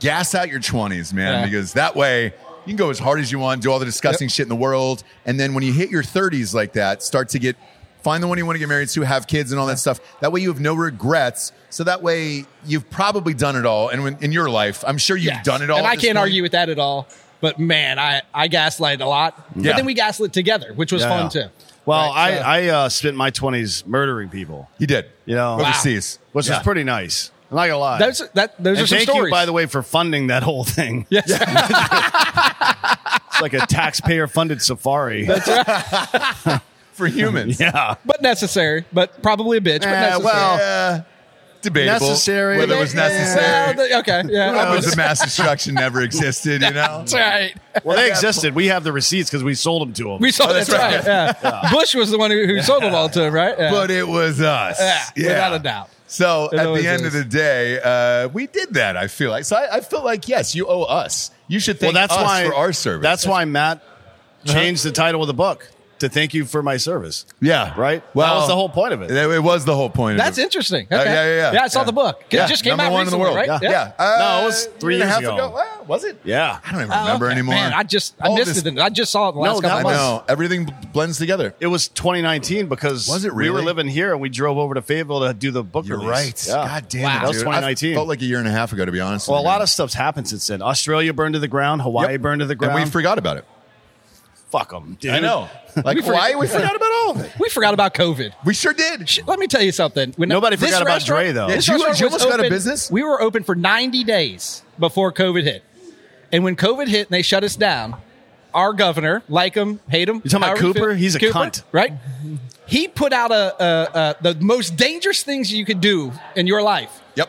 S1: gas out your 20s, man,
S7: Yeah.
S1: because that way you can go as hard as you want, do all the disgusting shit in the world. And then when you hit your 30s like that, start to get Find the one you want to get married to, have kids, and all that stuff. That way, you have no regrets. So that way, you've probably done it all. And when, in your life, I'm sure you've
S7: Yes.
S1: done it all.
S7: And
S1: at
S7: I
S1: this
S7: can't
S1: point.
S7: argue with that at all. But man, I, I gaslight a lot.
S1: Yeah.
S7: But then we gaslit together, which was
S3: Yeah,
S7: fun
S3: yeah.
S7: too.
S3: Well,
S7: Right, so-
S3: I, I uh, spent my 20s murdering people,
S1: He did.
S3: you know,
S1: overseas.
S3: which
S1: Yeah.
S3: is pretty nice. I'm not gonna lie.
S7: Those that those
S3: And
S7: are some
S3: thank
S7: stories.
S3: you, by the way, for funding that whole thing.
S7: Yes.
S3: It's like a taxpayer-funded safari.
S1: for humans.
S3: yeah,
S7: but necessary. But probably a bitch. But
S3: Eh,
S7: necessary. eh,
S3: well,
S1: Yeah. Debatable.
S3: Necessary.
S1: Whether it was
S3: Yeah.
S1: necessary.
S7: Well, the- okay. Yeah.
S1: Whether it was a mass destruction never existed, you know?
S7: That's right.
S3: well, they existed. We have the receipts because we sold them to them.
S7: We sold.
S1: Oh, that's
S7: that's, right. Yeah. Bush was the one who, who sold it all to him, right? Yeah.
S1: But it was us.
S7: Yeah,
S1: Yeah.
S7: without a doubt.
S1: So
S7: It
S1: at
S7: always
S1: the end
S7: is.
S1: of the day, uh, we did that, I feel like. So I, I feel like, yes, you owe us. You should
S3: well,
S1: thank
S3: that's
S1: us
S3: why
S1: for our service.
S3: That's why Matt
S7: Uh-huh.
S3: changed the title of the book to "Thank You for My Service."
S1: yeah.
S3: Right?
S1: Well,
S3: that was the whole point of it.
S1: That- It was the whole point of
S7: That's
S1: it.
S7: interesting.
S1: Uh,
S7: Okay.
S1: yeah, yeah, yeah.
S7: I saw the book. It
S1: Yeah.
S7: just came
S1: Number
S7: out
S1: one
S7: recently,
S1: in the world.
S7: right?
S1: Yeah. yeah.
S3: No, it was three
S1: year and a
S3: years
S1: half
S3: ago.
S1: Well, was it?
S3: Yeah.
S1: I don't even
S7: Oh,
S1: remember
S7: okay.
S1: anymore.
S7: Man, I just I
S1: All
S7: missed
S1: this-
S7: it. and I just saw it the last
S3: that
S7: couple
S1: I
S3: was-
S7: months.
S1: know. Everything bl- blends together.
S3: It was 2019 because
S1: Was it
S3: we were
S1: really?
S3: living here and we drove over to Fayetteville to do the book
S1: You're
S3: release.
S1: right.
S3: Yeah.
S1: God damn it.
S3: That was
S1: dude.
S3: 2019.
S1: I felt like a year and a half ago, to be honest.
S3: well, a
S1: with
S3: lot
S1: you.
S3: of stuff's happened since then. Australia burned to the ground. Hawaii
S1: Yep.
S3: burned to the ground.
S1: And we forgot about it.
S3: Fuck them.
S1: I know. Like,
S7: We forgot-
S1: why? We forgot about all of it.
S7: We forgot about COVID.
S1: We sure did.
S7: Sh- Let me tell you something. When
S3: Nobody
S7: this
S3: forgot about
S7: restaurant-
S3: Dre, though.
S1: Did
S7: this
S1: you-
S7: restaurant
S1: did you
S7: was
S1: almost go out of
S7: open-
S1: business?
S7: We were open for 90 days before COVID hit. And when COVID hit and they shut us down, our governor, like him, hate him. You
S3: talking about Cooper? He's a cunt.
S7: Right? He put out a, a, a, the most dangerous things you could do in your life.
S1: Yep.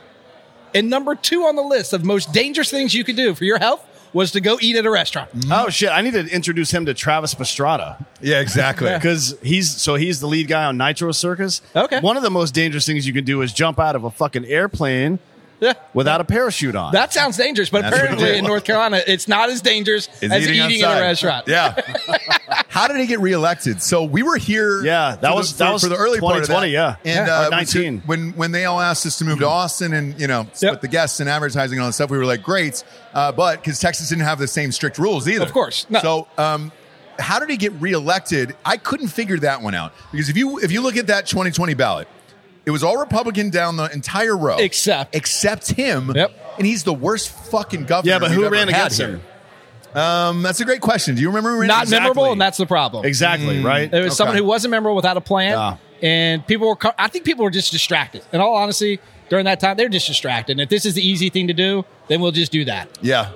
S7: And number two on the list of most dangerous things you could do for your health was to go eat at a restaurant.
S3: Oh shit! I need to introduce him to Travis Pastrana
S1: Yeah, exactly.
S3: because he's so he's the lead guy on Nitro Circus.
S7: Okay.
S3: One of the most dangerous things you can do is jump out of a fucking airplane
S7: Yeah.
S3: without a parachute on.
S7: That sounds dangerous, but
S1: That's what he
S7: apparently
S1: did.
S7: in North Carolina, it's not as dangerous
S1: Is
S7: as eating, at
S1: outside.
S7: a restaurant.
S1: Yeah. How did he get reelected? So we were here.
S3: Yeah, that
S1: for
S3: was-
S1: the,
S3: that
S1: for-
S3: was
S1: for the early part of that.
S3: 2020, yeah.
S1: and
S3: Yeah, or Mm-hmm.
S1: uh, we took-
S3: 19.
S1: when when they all asked us to move to Austin and you know split the guests and advertising and all that stuff, we were like, great, uh, but because Texas didn't have the same strict rules either.
S7: Of course, no.
S1: So. Um, how did he get reelected? I couldn't figure that one out because if you if you look at that 2020 ballot, it was all Republican down the entire row
S7: Except-
S1: except him.
S7: Yep.
S1: and he's the worst fucking governor.
S3: yeah, but
S1: we've
S3: who
S1: ever
S3: ran
S1: had
S3: against
S1: here.
S3: him?
S1: Um, that's a great question. Do you remember? who ran
S7: Not
S1: against him?
S7: memorable, and that's the problem.
S3: Exactly. Right.
S7: Mm. It was someone
S1: Okay.
S7: who wasn't memorable without a plan,
S3: Yeah.
S7: and people were. co- I think people were just distracted. In all honesty, during that time, they're just distracted. And if this is the easy thing to do, then we'll just do that.
S1: Yeah.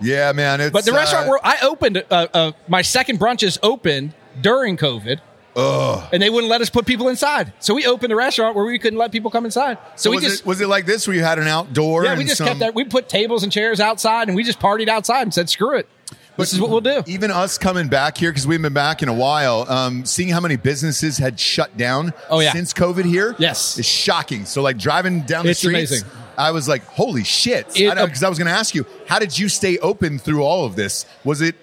S1: Yeah, man. It's,
S7: But the restaurant
S1: uh,
S7: world, I opened uh, uh, my second brunch is open during COVID. And they wouldn't let us put people inside, so we opened a restaurant where we couldn't let people come inside. So, we
S1: was,
S7: just
S1: it, was it like this where you had an outdoor?
S7: yeah, we
S1: and
S7: just
S1: some-
S7: kept that. We put tables and chairs outside, and we just partied outside and said, "Screw it, this is what we'll do."
S1: Even us coming back here because we haven't been back in a while, um, seeing how many businesses had shut down
S7: Oh, yeah.
S1: since COVID here,
S7: Yes.
S1: is shocking. So like driving down the
S7: It's
S1: streets,
S7: amazing.
S1: I was like, holy shit!
S7: It-
S1: Because I, was going to ask you, how did you stay open through all of this? Was it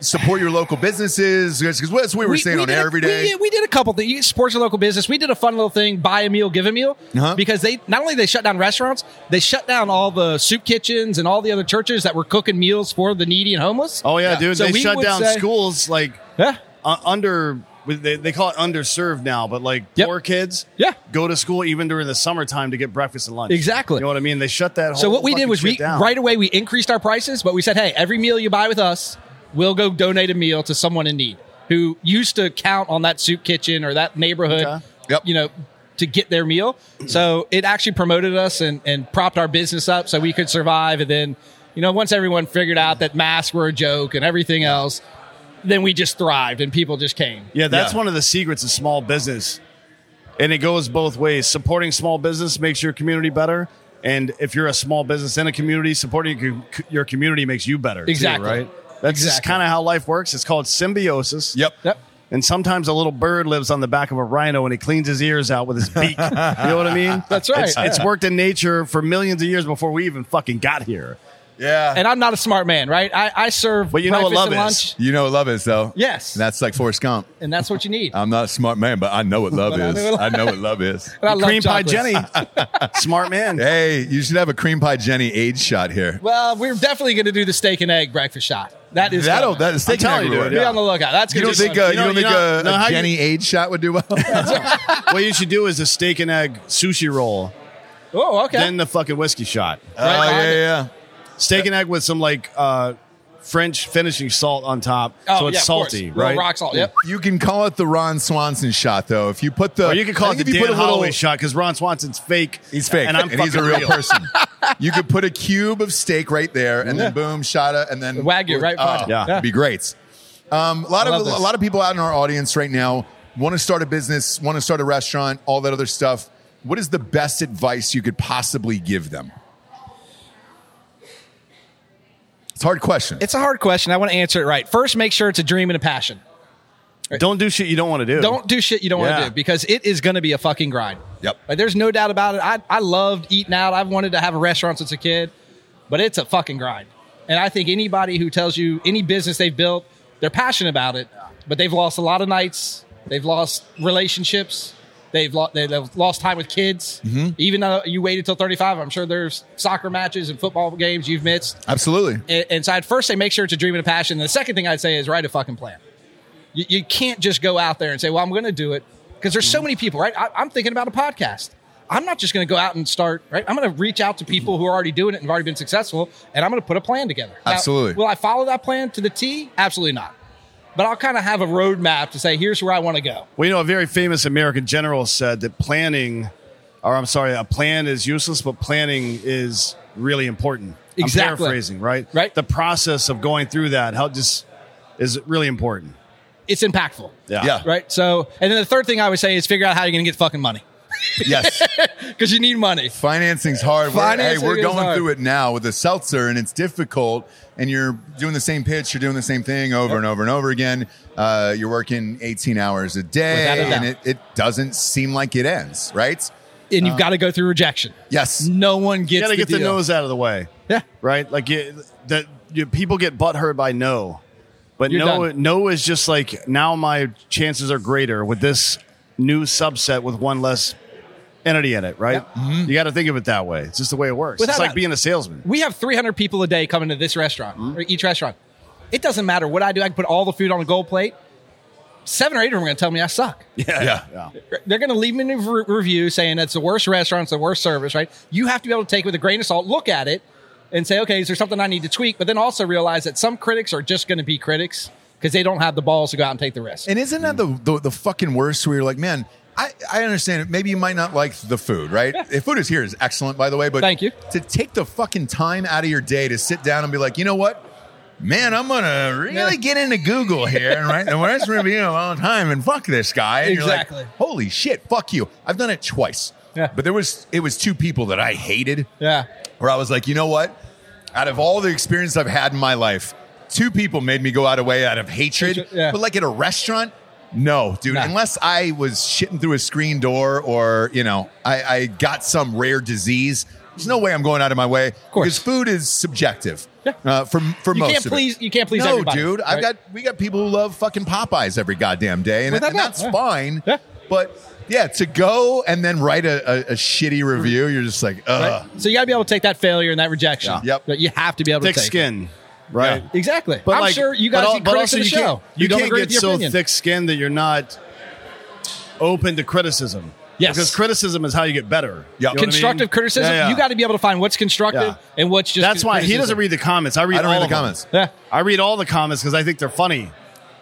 S1: support your local businesses? Because what we were saying on
S7: did
S1: air
S7: a-
S1: every day.
S7: We, we did a couple things. You support your local business. We did a fun little thing: buy a meal, give a meal.
S1: Uh-huh.
S7: Because they not only they shut down restaurants, they shut down all the soup kitchens and all the other churches that were cooking meals for the needy and homeless.
S3: Oh yeah, dude.
S7: So
S3: they
S7: we
S3: shut
S7: would
S3: down
S7: say-
S3: schools like
S7: Yeah.
S3: uh, under. They, they call it underserved now, but like
S7: Yep.
S3: poor kids,
S7: Yeah.
S3: go to school even during the summertime to get breakfast and lunch.
S7: Exactly.
S3: You know what I mean? They shut that. Whole
S7: So what we did
S3: fucking
S7: was we
S3: shit down.
S7: right away we increased our prices, but we said, hey, every meal you buy with us, we'll go donate a meal to someone in need who used to count on that soup kitchen or that neighborhood,
S3: Okay.
S1: Yep.
S7: you know, to get their meal. So it actually promoted us and, and propped our business up so we could survive. And then, you know, once everyone figured out that masks were a joke and everything else, then we just thrived and people just came.
S3: Yeah, that's
S1: Yeah.
S3: one of the secrets of small business. And it goes both ways. Supporting small business makes your community better. And if you're a small business in a community, supporting your, your community makes you better. too,
S7: Exactly.
S3: right? That's just
S7: Exactly.
S3: kind of how life works. It's called symbiosis.
S1: Yep.
S7: Yep.
S3: And sometimes a little bird lives on the back of a rhino and he cleans his ears out with his beak. you know what I mean?
S7: That's right.
S3: It's, it's
S7: Yeah.
S3: worked in nature for millions of years before we even fucking got here.
S1: Yeah.
S7: And I'm not a smart man, right? I, I serve
S3: But you know what
S7: breakfast
S3: love
S7: and
S3: is.
S7: lunch,
S1: you know what love is though.
S7: Yes.
S1: And that's like Forrest Gump.
S7: and that's what you need.
S3: Uh,
S1: I'm not a smart man, but I know what love
S7: But I
S1: is.
S7: know what-
S1: I know what love is.
S7: And I love
S3: Cream pie
S7: chocolates.
S3: Jenny, smart man.
S1: Hey, you should have a cream pie Jenny age shot here.
S7: Well, we're definitely going to do the steak and egg breakfast shot. That is
S1: That'll
S7: coming.
S1: that is
S3: I'm
S1: taking
S3: telling you,
S1: everywhere.
S3: dude.
S7: Be on the lookout. That's
S1: You
S7: gonna
S1: don't
S7: be
S1: think
S7: fun.
S1: uh,
S3: You
S1: you
S3: know-
S1: don't
S3: you
S1: think
S3: know- know
S1: uh,
S3: how
S1: a
S3: you-
S1: Jenny Aid shot would do well?
S3: what you should do is a steak and egg sushi roll,
S7: oh, okay.
S1: uh,
S3: then the fucking whiskey shot.
S1: Oh yeah,
S7: behind it.
S1: yeah.
S3: Steak and egg with some like uh, French finishing salt on top,
S7: oh,
S3: so it's
S7: yeah, of course.
S3: salty,
S7: Little
S3: right?
S7: Rock salt. Yep.
S1: You can call it the Ron Swanson shot, though. If you put the,
S3: Or you could call
S1: I
S3: it the
S1: think if you put
S3: Dan
S1: a little-
S3: Holloway shot because Ron Swanson's fake.
S1: He's fake,
S3: and I'm
S1: he's a
S3: fucking
S1: real, person. You could put a cube of steak right there, and then boom, shot it, and then
S7: Wagyu, right?
S1: Uh,
S3: Yeah.
S1: it'd be great. Um, a lot of
S7: love
S1: a
S7: this.
S1: lot of people out in our audience right now want to start a business, want to start a restaurant, all that other stuff. What is the best advice you could possibly give them? It's a hard question.
S7: It's a hard question. I want to answer it right. First, make sure it's a dream and a passion.
S3: Don't do shit you don't want to do.
S7: Don't do shit you don't want
S3: Yeah.
S7: to do because it is going to be a fucking grind.
S1: Yep.
S7: Like, there's no doubt about it. I, I loved eating out. I've wanted to have a restaurant since a kid, but it's a fucking grind. And I think anybody who tells you any business they've built, they're passionate about it, but they've lost a lot of nights. They've lost relationships. They've, lo- they- they've lost time with kids.
S3: Mm-hmm.
S7: Even though you waited till 35, I'm sure there's soccer matches and football games you've missed.
S1: Absolutely.
S7: And, and so I'd first say make sure it's a dream and a passion. the second thing I'd say is write a fucking plan. You, you can't just go out there and say, well, I'm going to do it. Because there's so many people, right? I, I'm thinking about a podcast. I'm not just going to go out and start, right? I'm going to reach out to people who are already doing it and have already been successful, and I'm going to put a plan together. Now,
S1: Absolutely.
S7: will I follow that plan to the T? Absolutely not. But I'll kind of have a roadmap to say, here's where I want to go.
S3: Well, you know, a very famous American general said that planning, or I'm sorry, a plan is useless, but planning is really important. I'm
S7: Exactly.
S3: paraphrasing, right?
S7: Right.
S3: The process of going through that, how just is really important.
S7: It's impactful,
S3: Yeah.
S1: Yeah.
S7: right? So, and then the third thing I would say is figure out how you're going to get fucking money
S1: Yes.
S7: because you need money.
S1: Financing's hard.
S7: Financing
S1: we're, hey,
S7: is
S1: we're going
S7: hard.
S1: through it now with a seltzer, and it's difficult. And you're doing the same pitch, you're doing the same thing over and over and over again. Uh, you're working 18 hours a
S7: Without
S1: day,
S7: a doubt.
S1: and it, it doesn't seem like it ends, right?
S7: And you've got to go through rejection.
S1: Yes.
S7: No one gets
S3: Uh-huh. You got to
S7: the
S3: get the
S7: deal.
S3: nose out of the way,
S7: Yeah.
S3: right? Like you, that you, people get butthurt by no, but
S7: You're
S3: no,
S7: done.
S3: no is just like now my chances are greater with this new subset with one less entity in it, right? You got to think of it that way. It's just the way it works.
S7: Mm-hmm. Without
S3: it's like
S7: doubt.
S3: being a salesman.
S7: We have 300 people a day coming to this restaurant, or each restaurant. It doesn't matter what I do. I can put all the food on a gold plate. Seven or eight of them are going to tell me I suck.
S1: Yeah.
S3: Yeah.
S7: They're going to leave me a re- review saying that's the worst restaurant, it's the worst service, right? You have to be able to take it with a grain of salt, look at it, and say, okay, is there something I need to tweak? But then also realize that some critics are just going to be critics because they don't have the balls to go out and take the risk.
S1: And isn't that the, the the fucking worst? Where you're like, man, I I understand it. Maybe you might not like the food, right? The food is here is excellent, by the way. But
S7: Thank you.
S1: to take the fucking time out of your day to sit down and be like, you know what? Man, I'm gonna really get into Google here, and right? And we're just reviewing a long time, and fuck this guy. And You're
S7: Exactly.
S1: like, Holy shit, fuck you! I've done it twice.
S7: Yeah.
S1: But there was it was two people that I hated
S7: yeah.
S1: where I was like, you know what? Out of all the experience I've had in my life, two people made me go out of way out of hatred.
S7: Hatred, yeah.
S1: But like at a restaurant, no, dude.
S7: No.
S1: Unless I was shitting through a screen door or, you know, I, I got some rare disease, there's no way I'm going out of my way.
S7: course.
S1: Because food is subjective.
S7: Yeah.
S1: Uh, for for
S7: You
S1: most
S7: can't
S1: of
S7: please-
S1: it.
S7: you can't please
S1: No,
S7: everybody,
S1: dude. I've
S7: right?
S1: got we got people who love fucking Popeyes every goddamn day, and,
S7: Without
S1: and
S7: doubt,
S1: that's
S7: yeah.
S1: fine.
S7: Yeah.
S1: But yeah, to go and then write a, a, a shitty review, you're just like,
S7: Right?
S3: Uh.
S1: ugh.
S7: so you got to be able to take that failure and that rejection.
S1: Yeah. Yep.
S7: But you have to be able
S3: Thick
S7: to take it.
S3: skin, right?
S1: Yeah.
S7: Exactly.
S3: But
S7: I'm
S3: like-
S7: sure you
S3: but
S7: guys
S3: al-
S7: get
S3: but
S7: critics
S3: also
S7: in the
S3: you
S7: show.
S3: Can't, you,
S7: don't
S3: can't
S7: agree
S3: get
S7: with the
S3: so
S7: opinion.
S3: thick skinned that you're not open to criticism.
S7: Yes.
S3: Because criticism is how you get better.
S1: Yeah.
S3: You know what I mean?
S7: constructive criticism.
S3: Yeah, yeah.
S7: You got to be able to find what's constructive
S3: Yeah.
S7: and what's just.
S3: That's why he
S7: criticism.
S3: doesn't read the comments. I read
S1: I don't
S3: all
S1: read the
S3: of them.
S1: comments.
S7: Yeah,
S3: I read all the comments because I think they're funny. You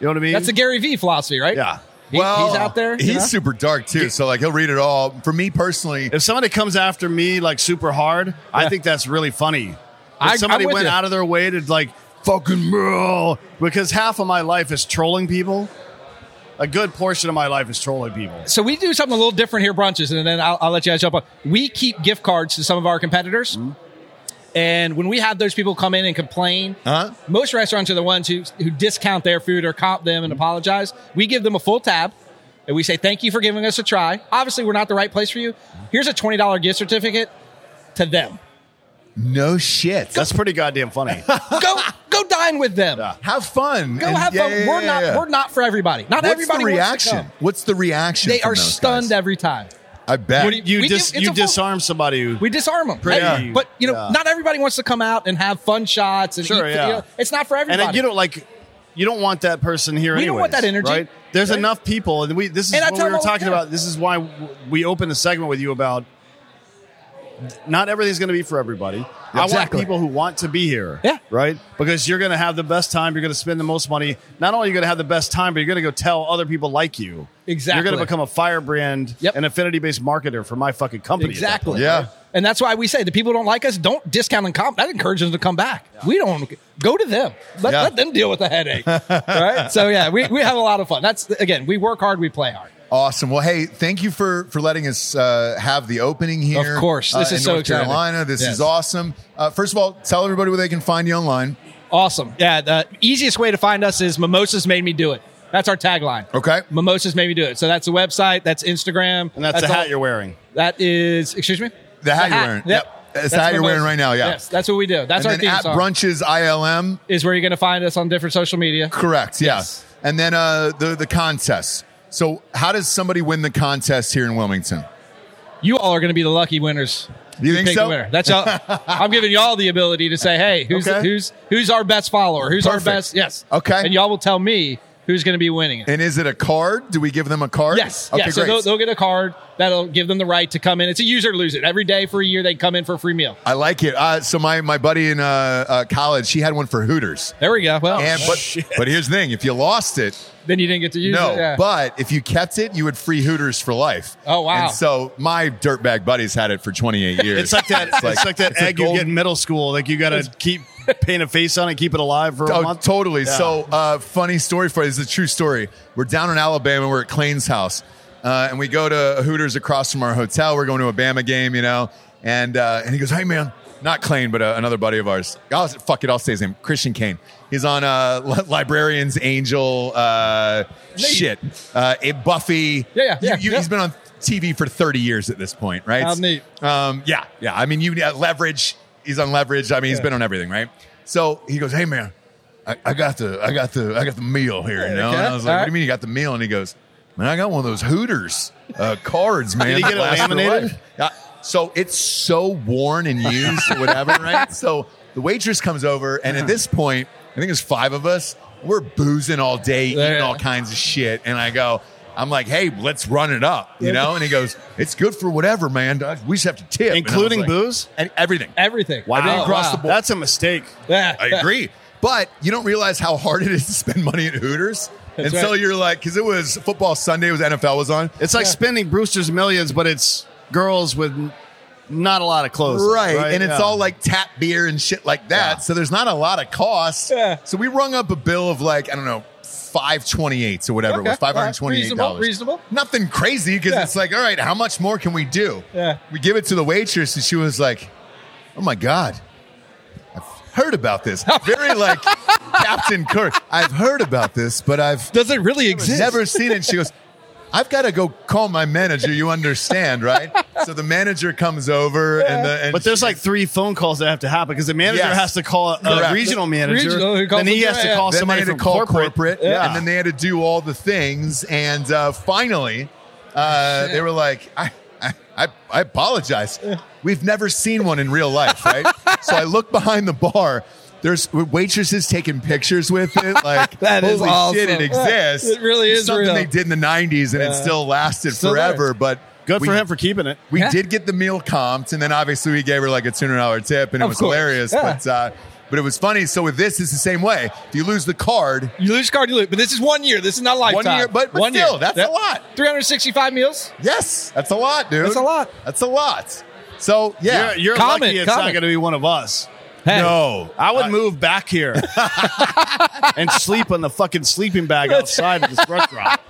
S3: know what I mean?
S7: that's the Gary Vee philosophy, right?
S3: Yeah.
S7: He- he's out there.
S1: He's
S7: you know?
S1: super dark too, so like he'll read it all. For me personally,
S3: If somebody comes after me like super hard, I think that's really funny. If
S7: I- I'm
S3: somebody
S7: with
S3: went
S7: you.
S3: out of their way to like fucking bro, because half of my life is trolling people. A good portion of my life is trolling people.
S7: So we do something a little different here, brunches, and then I'll, I'll let you guys jump on. We keep gift cards to some of our competitors,
S3: Mm-hmm.
S7: and when we have those people come in and complain,
S1: Huh?
S3: Uh-huh.
S7: most restaurants are the ones who who discount their food or comp them
S3: Mm-hmm.
S7: and apologize. We give them a full tab. And we say, thank you for giving us a try. Obviously, we're not the right place for you. Here's a $20 gift certificate to them.
S1: no shit.
S3: That's pretty goddamn funny.
S7: go go dine with them.
S1: have fun.
S7: Go
S1: And-
S7: have
S1: yeah,
S7: fun.
S1: yeah,
S7: we're
S1: yeah,
S7: not
S1: yeah.
S7: we're not for everybody. Not
S1: What's
S7: everybody
S1: the
S7: wants to
S1: reaction?
S7: come.
S1: What's the reaction?
S7: They
S1: from
S7: are
S1: those
S7: stunned
S1: guys?
S7: every time.
S1: I bet.
S7: What do you-
S3: You
S7: We
S3: dis-
S7: give- it's
S3: you
S7: a full-
S3: disarm somebody who
S7: We disarm them,
S3: Pretty-
S7: Hey,
S3: Yeah.
S7: but you know,
S3: Yeah.
S7: not everybody wants to come out and have fun shots. And
S3: Sure,
S7: eat-
S3: yeah.
S7: you know, it's not for
S3: and
S7: everybody.
S3: then you don't like you don't want that person here
S7: We don't want
S3: anyways,
S7: that energy.
S3: right? there's
S7: Right.
S3: enough people and we this is
S7: And I
S3: what
S7: tell
S3: we were
S7: them all the
S3: talking
S7: time.
S3: about this is why w- we opened a segment with you about not everything's going to be for everybody i want
S7: Exactly.
S3: people who want to be here
S7: Yeah.
S3: right because you're going to have the best time you're going to spend the most money not only are you going to have the best time but you're going to go tell other people like you you're going
S7: Exactly.
S3: to become a firebrand
S7: Yep.
S3: an affinity-based marketer for my fucking company at that
S7: exactly.
S1: point. Yeah.
S7: and that's why we say the people who don't like us. Don't discount and comp. That encourages them to come back. We don't go to them. Let,
S1: Yeah.
S7: let them deal with the headache. All right. So yeah, we, we have a lot of fun. That's again, we work hard, we play hard.
S1: Awesome. Well, hey, thank you for for letting us uh, have the opening here.
S7: Of course. This
S1: uh, in
S7: is so
S1: North
S7: exciting.
S1: Carolina. This
S7: Yes.
S1: is awesome. Uh, first of all, tell everybody where they can find you online.
S7: Awesome. Yeah. The easiest way to find us is Mimosas Made Me Do It. That's our tagline.
S1: Okay.
S7: Mimosas Made Me Do It. So that's the website. That's Instagram.
S3: and that's, the hat
S7: all-
S3: you're wearing
S7: That is, excuse me?
S1: The hat you're wearing. Yep. It's the hat you're
S7: what it
S1: wearing
S7: is.
S1: right now, yeah.
S7: Yes, that's what we do. That's our
S1: and then
S7: theme
S1: at
S7: song.
S1: brunches ILM.
S7: is where you're going to find us on different social media.
S1: Correct. Yeah.
S7: Yes.
S1: And then uh, the the contest. So, how does somebody win the contest here in Wilmington?
S7: You all are going to be the lucky winners.
S1: You
S7: who
S1: think
S7: pick
S1: so?
S7: The winner. That's all. I'm giving y'all the ability to say, hey, who's
S1: Okay.
S7: who's who's our best follower? Who's
S1: Perfect.
S7: our best? Yes.
S1: Okay.
S7: And y'all will tell me who's going to be winning it.
S1: And is it a card? Do we give them a card?
S7: Yes.
S1: Okay,
S7: yeah. So they'll,
S1: great.
S7: they'll get a card that'll give them the right to come in. It's a use or lose it. Every day for a year, they come in for a free meal.
S1: I like it. Uh, so my my buddy in uh, uh, college, he had one for Hooters.
S7: There we go. Well,
S1: And but, but here's the thing: if you lost it,
S7: then you didn't get to use
S1: no.
S7: it. Yeah.
S1: But if you kept it, you would free Hooters for life.
S7: Oh, wow.
S1: And so my dirtbag buddies had it for 28 years.
S3: It's like that. it's, like, that
S1: it's a
S3: egg you
S1: gold-
S3: get in middle school. Like you got to keep paint a face on it, keep it alive for a
S1: Oh,
S3: month.
S1: totally.
S3: Yeah.
S1: So, uh, funny story for you. This is a true story. We're down in Alabama. We're at Clayton's house, uh, and we go to Hooters across from our hotel. We're going to a Bama game, you know. And uh, and he goes, "Hey, man, not Clayton, but uh, another buddy of ours. I'll, fuck it, I'll say his name. Christian Kane. He's on uh, Li- Librarians Angel. Uh, shit, uh, a Buffy.
S7: Yeah, yeah,
S1: You-
S7: yeah,
S1: you-
S7: yeah.
S1: He's been on TV for 30 years at this point, right?
S7: How neat.
S1: Um, yeah, yeah. I mean, you uh, leverage. He's on leverage. I mean, he's been on everything, right? So he goes, "Hey, man, I, I got the, I got the, I got the meal here, you know."
S7: Okay,
S1: And I was like, "What do
S7: all right.
S1: you mean you got the meal?" And he goes, "Man, I got one of those Hooters uh, cards, man.
S3: Did he
S1: that
S3: get it
S1: lasts for
S3: laminated?
S1: life." Yeah. So it's so worn and used, or whatever, right? So the waitress comes over, and at this point, I think there's five of us. We're boozing all day, eating
S7: Yeah.
S1: all kinds of shit, and I go. I'm like, hey, let's run it up, you know? And he goes, it's good for whatever, man. We just have to tip. And I was
S3: Including
S1: like-
S3: booze?
S1: And everything.
S7: Everything.
S1: Everything
S7: Oh,
S1: across
S7: wow.
S1: the board.
S3: That's a mistake.
S7: Yeah.
S1: I agree. But you don't realize how hard it is to spend money at Hooters
S7: That's
S1: until
S7: right.
S1: you're like, because it was football Sunday, it was NFL was on.
S3: It's like spending Brewster's millions, but it's girls with n- not a lot of clothes.
S1: Right. And it's
S3: Yeah.
S1: all like tap beer and shit like that.
S3: Yeah.
S1: So there's not a lot of cost.
S7: Yeah.
S1: So we rung up a bill of like, I don't know, 528 or whatever
S7: Okay.
S1: it was, $528.
S7: Reasonable, reasonable.
S1: Nothing crazy because
S7: Yeah.
S1: it's like, all right, how much more can we do?
S7: Yeah.
S1: We give it to the waitress and she was like, oh my God, I've heard about this. Very like Captain Kirk. I've heard about this, but I've
S7: Does it really exist?
S1: Never seen it. She goes, I've got to go call my manager. You understand, right? so the manager comes over and the. And
S3: But there's like three phone calls that have to happen because the manager
S1: Yes.
S3: has to call
S1: Correct.
S3: a regional manager,
S7: Regional who calls
S3: then he
S7: them,
S3: has to
S7: yeah.
S3: call
S1: then
S3: somebody
S1: they had
S3: from
S1: to call corporate,
S3: corporate.
S7: Yeah.
S1: and then they had to do all the things. And uh, finally, uh, they were like, I, I, I, I apologize. We've never seen one in real life, right? so I look behind the bar. There's waitresses taking pictures with it. Like,
S7: That is
S1: holy shit, it
S7: awesome.
S1: exists.
S7: It really
S1: It's
S7: is
S1: something
S7: real.
S1: they did in the '90s, and it
S7: Yeah.
S1: still lasted
S7: Still there.
S1: forever. But
S3: Good
S1: we-
S3: for him for keeping it.
S1: We
S7: Yeah.
S1: did get the meal comped, and then obviously we gave her like a two hundred dollar tip, and it
S7: Of
S1: was
S7: course.
S1: hilarious.
S7: Yeah.
S1: But uh, but it was funny. So with this, it's the same way. If you lose the card,
S7: You lose card, you lose. But this is one year. This is not a lifetime.
S1: year, but- but
S7: One
S1: still, that's a lot.
S7: 365 meals.
S1: yes, that's a lot, dude.
S7: That's a lot.
S1: That's a lot. So yeah,
S3: You're, you're
S7: Comment,
S3: lucky it's not
S7: comment.
S3: going to be one of us.
S7: Hey.
S1: no,
S3: I would move back here and sleep on the fucking sleeping bag outside of this restaurant.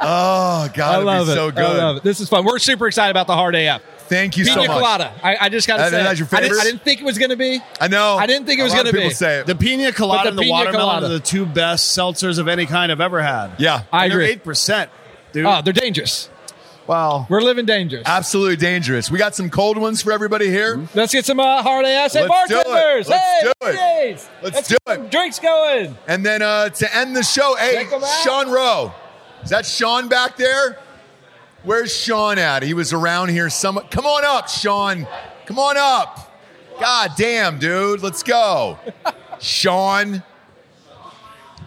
S1: oh god,
S7: I
S1: it'd
S7: love
S1: be
S7: it.
S1: so good.
S7: I love it. This is fun. We're super excited about the hard AF.
S1: Thank you
S7: Pina
S1: so much.
S7: colada. I, I just got to
S1: That-
S7: say,
S1: that's your
S7: I, didn't,
S1: favorite?
S7: I didn't think it was going to be.
S1: I know.
S7: I didn't think it
S1: A
S7: was
S1: lot of
S7: gonna be.
S1: people Say it.
S3: The pina
S7: But
S3: colada
S7: the
S3: and the
S7: pina
S3: watermelon
S7: colada.
S3: are the two best seltzers of any kind I've ever had.
S1: yeah,
S7: I
S3: And
S7: agree.
S3: They're 8%, dude.
S7: Oh, they're dangerous.
S1: wow,
S7: We're living dangerous.
S1: absolutely dangerous. We got some cold ones for everybody here.
S7: Let's get some uh, hard AF. Hey,
S1: Let's do it.
S7: bartenders.
S1: Let's
S7: hey,
S1: do it.
S7: DJs.
S1: Let's
S7: Let's
S1: do
S7: get
S1: it.
S7: some drinks going.
S1: And then uh, to end the show, hey,
S7: Check 'em out.
S1: Sean Rowe. Is that Sean back there? Where's Sean at? He was around here. Some, come on up, Sean. Come on up. God damn, dude. Let's go. Sean.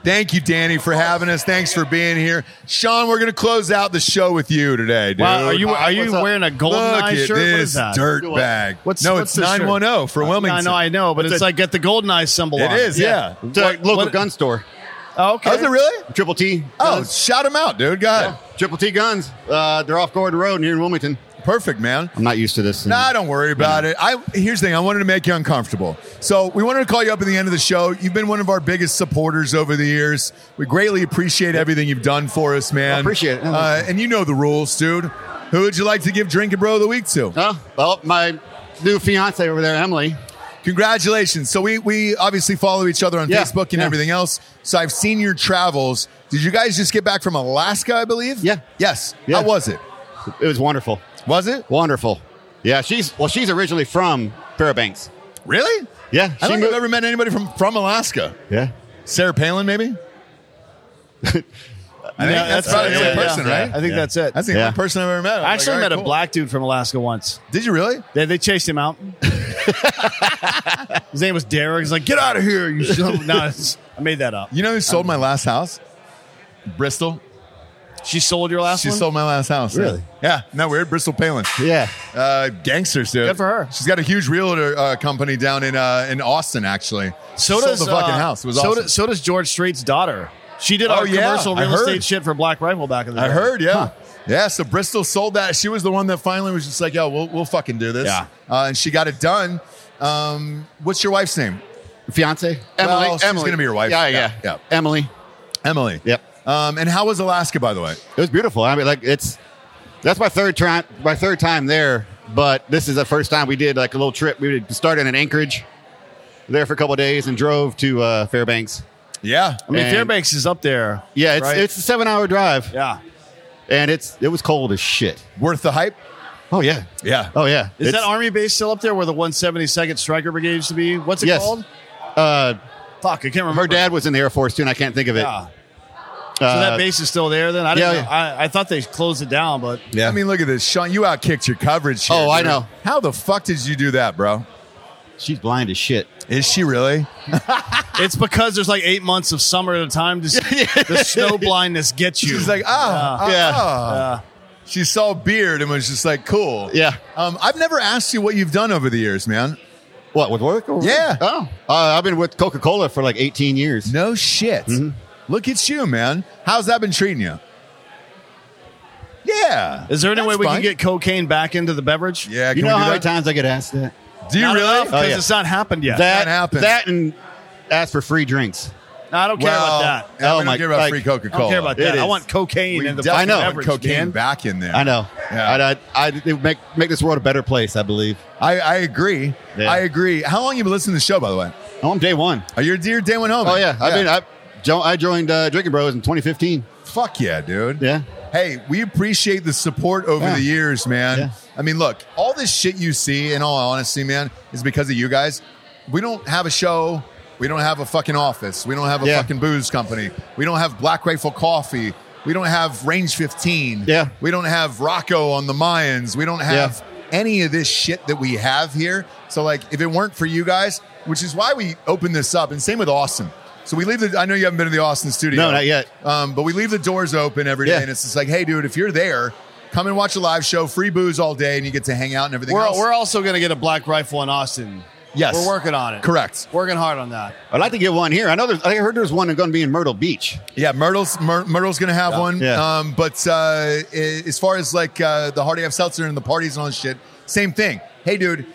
S1: Thank you, Danny, for having us. Thanks for being here. Sean, we're going to close out the show with you today, dude.
S3: Wow, are you
S1: Look
S3: are you
S2: what's up?
S3: wearing a golden eye
S1: at
S3: shirt?
S1: this
S3: what is that?
S1: dirt bag.
S3: What's
S1: no,
S3: what's
S1: it's
S3: this shirt?
S1: 910 for
S3: Uh,
S1: Wilmington.
S3: I know, I know, but it's, like get the golden eye symbol
S1: It
S3: on
S1: is, yeah.
S8: It's a local gun store.
S3: Oh, okay.
S1: Oh, is it really?
S8: Triple T.
S1: Oh,
S8: guns.
S1: shout him out, dude. Go ahead.
S8: Triple T guns. Uh, they're off Gordon Road here in Wilmington.
S1: Perfect, man.
S8: I'm not used to this.
S1: Nah, don't worry about it. I here's the thing. I wanted to make you uncomfortable, so we wanted to call you up at the end of the show. You've been one of our biggest supporters over the years. We greatly appreciate everything you've done for us, man.
S8: I appreciate it.
S1: Uh, and you know the rules, dude. Who would you like to give Drinking Bro of the Week to?
S8: Huh? well, my new fiance over there, Emily.
S1: Congratulations. So we we obviously follow each other on
S8: Yeah,
S1: Facebook and
S8: yeah.
S1: everything else. So I've seen your travels. Did you guys just get back from Alaska? I believe.
S8: Yeah.
S1: Yes.
S8: Yeah.
S1: How was it?
S8: It was wonderful.
S1: Was it
S8: Wonderful. Yeah, she's well. She's originally from Fairbanks.
S1: really?
S8: Yeah,
S1: I don't think
S8: moved-
S1: I've ever met anybody from from Alaska.
S8: Yeah,
S1: Sarah Palin, maybe? I think that's, probably the only
S3: it, yeah.
S1: person,
S3: Yeah.
S1: right?
S3: I think that's it.
S1: That's the
S8: Yeah.
S1: only person I've ever met. I'm
S3: I actually
S1: like, all right,
S3: met a
S1: cool.
S3: black dude from Alaska once.
S1: Did you really?
S3: They, they chased him out. His name was Derek. He's like, get out of here, you son. no, it's- I made that up.
S1: You know who sold my last house? Bristol.
S3: She sold your last
S1: She
S3: one.
S1: sold my last house.
S8: Really?
S1: Yeah. Isn't that weird? Bristol Palin.
S8: yeah.
S1: Uh, gangsters, dude.
S3: Good for her.
S1: She's got a huge realtor uh, company down in uh, in Austin, actually.
S3: so
S1: sold
S3: does
S1: the fucking
S3: uh,
S1: house. It was
S3: so
S1: awesome.
S3: does, so does George Strait's daughter. She did
S1: Oh,
S3: our
S1: yeah.
S3: commercial
S1: I
S3: real
S1: heard.
S3: estate shit for Black Rifle back in the
S1: I
S3: day.
S1: heard, yeah. Yeah, so Bristol sold that. She was the one that finally was just like, yo, we'll, we'll fucking do this.
S3: Yeah.
S1: Uh, and she got it done. Um, what's your wife's name?
S8: Fiance
S1: Well,
S8: Emily.
S1: she's
S8: Emily
S1: gonna be your wife.
S8: Yeah,
S1: Yeah,
S8: yeah,
S1: yeah.
S8: Emily.
S1: Emily.
S8: Yep.
S1: Um, and how was Alaska, by the way?
S8: It was beautiful. I mean, like it's that's my third time. My third time there, but this is the first time we did like a little trip. We started in Anchorage, there for a couple of days, and drove to uh, Fairbanks.
S1: Yeah.
S3: I mean,
S8: And-
S3: Fairbanks is up there.
S8: Yeah, it's
S3: right?
S8: it's a seven hour drive,
S3: yeah.
S8: and it's it was cold as shit.
S1: Worth the hype?
S8: Oh yeah,
S1: Yeah.
S8: oh yeah.
S3: Is
S8: It's-
S3: that Army base still up there where the 172nd Striker Brigade used to be? What's it
S8: Yes.
S3: called?
S8: Uh,
S3: Fuck, I can't remember.
S8: her dad was in the Air Force too, and I can't think of it.
S3: Yeah.
S8: Uh,
S3: So that base is still there then? I didn't
S8: yeah,
S3: know.
S8: yeah.
S3: I, I thought they closed it down, but
S1: I mean, look at this. Sean, you outkicked your coverage. Here,
S8: Oh, I
S1: dude.
S8: know.
S1: How the fuck did you do that, bro?
S8: she's blind as shit.
S1: Is she really?
S3: it's because there's like eight months of summer at a time. Just, the snow blindness gets you.
S1: She's like, ah,
S8: Yeah.
S1: yeah. She saw beard and was just like, cool.
S8: Yeah.
S1: Um, I've never asked you what you've done over the years, man.
S8: What with work? Or
S1: Yeah.
S8: Oh, uh, I've been with Coca Cola for like 18 years.
S1: No shit. Look at you, man. How's that been treating you? Yeah.
S3: Is there any
S1: That's
S3: way we
S1: fine.
S3: can get cocaine back into the beverage?
S1: Yeah. Can
S8: you
S1: we
S8: know
S1: do
S8: how many
S1: that?
S8: times I get asked that?
S1: Do you
S3: Not
S1: really?
S3: Because
S8: Oh, yeah.
S3: it's not happened yet.
S8: That
S1: happens.
S8: That and ask for free drinks.
S3: No, I don't care about that.
S1: yeah, we
S8: Oh,
S1: don't
S8: my-
S1: care about
S8: like,
S1: free Coca
S3: I
S1: Cola.
S3: don't care about
S8: It
S3: that. I
S8: is.
S3: want cocaine in the
S1: I
S3: fucking
S1: know.
S3: beverage.
S1: cocaine
S3: man.
S1: back in there.
S8: I know.
S1: Yeah.
S8: I, I, I it would make make this world a better place. I believe.
S1: I, I agree.
S8: Yeah.
S1: I agree. How long you been listening to the show, by the way?
S8: Oh, I'm day one.
S1: Are you a dear day one home?
S8: Oh yeah. I mean, I jo- I joined uh, Drinking Bros in 2015.
S1: fuck yeah, dude.
S8: Yeah.
S1: Hey, we appreciate the support over
S8: Yeah.
S1: the years, man.
S8: Yeah.
S1: I mean, look, all this shit you see, in all honesty, man, is because of you guys. We don't have a show. We don't have a fucking office. We don't have a
S8: Yeah.
S1: fucking booze company. We don't have Black Rifle Coffee. We don't have Range 15.
S8: Yeah.
S1: We don't have Rocco on the Mayans. We don't have any of this shit that we have here. So, like, if it weren't for you guys, which is why we opened this up, and same with Austin. So we leave the. I know you haven't been to the Austin studio.
S8: No, not yet.
S1: Um, but we leave the doors open every day,
S8: Yeah.
S1: and it's just like, hey, dude, if you're there, come and watch a live show, free booze all day, and you get to hang out and everything
S3: We're,
S1: else.
S3: we're also going to get a black rifle in Austin.
S1: Yes.
S3: We're working on it.
S1: Correct.
S3: Working hard on that.
S8: I'd like to get one here. I know there's. I heard there's one going to be in Myrtle Beach.
S1: yeah, Myrtle's Myr- Myrtle's gonna have one.
S8: Yeah.
S1: Um, but uh, i- as far as like uh, the Hardy F Seltzer and the parties and all this shit, same thing. Hey, dude.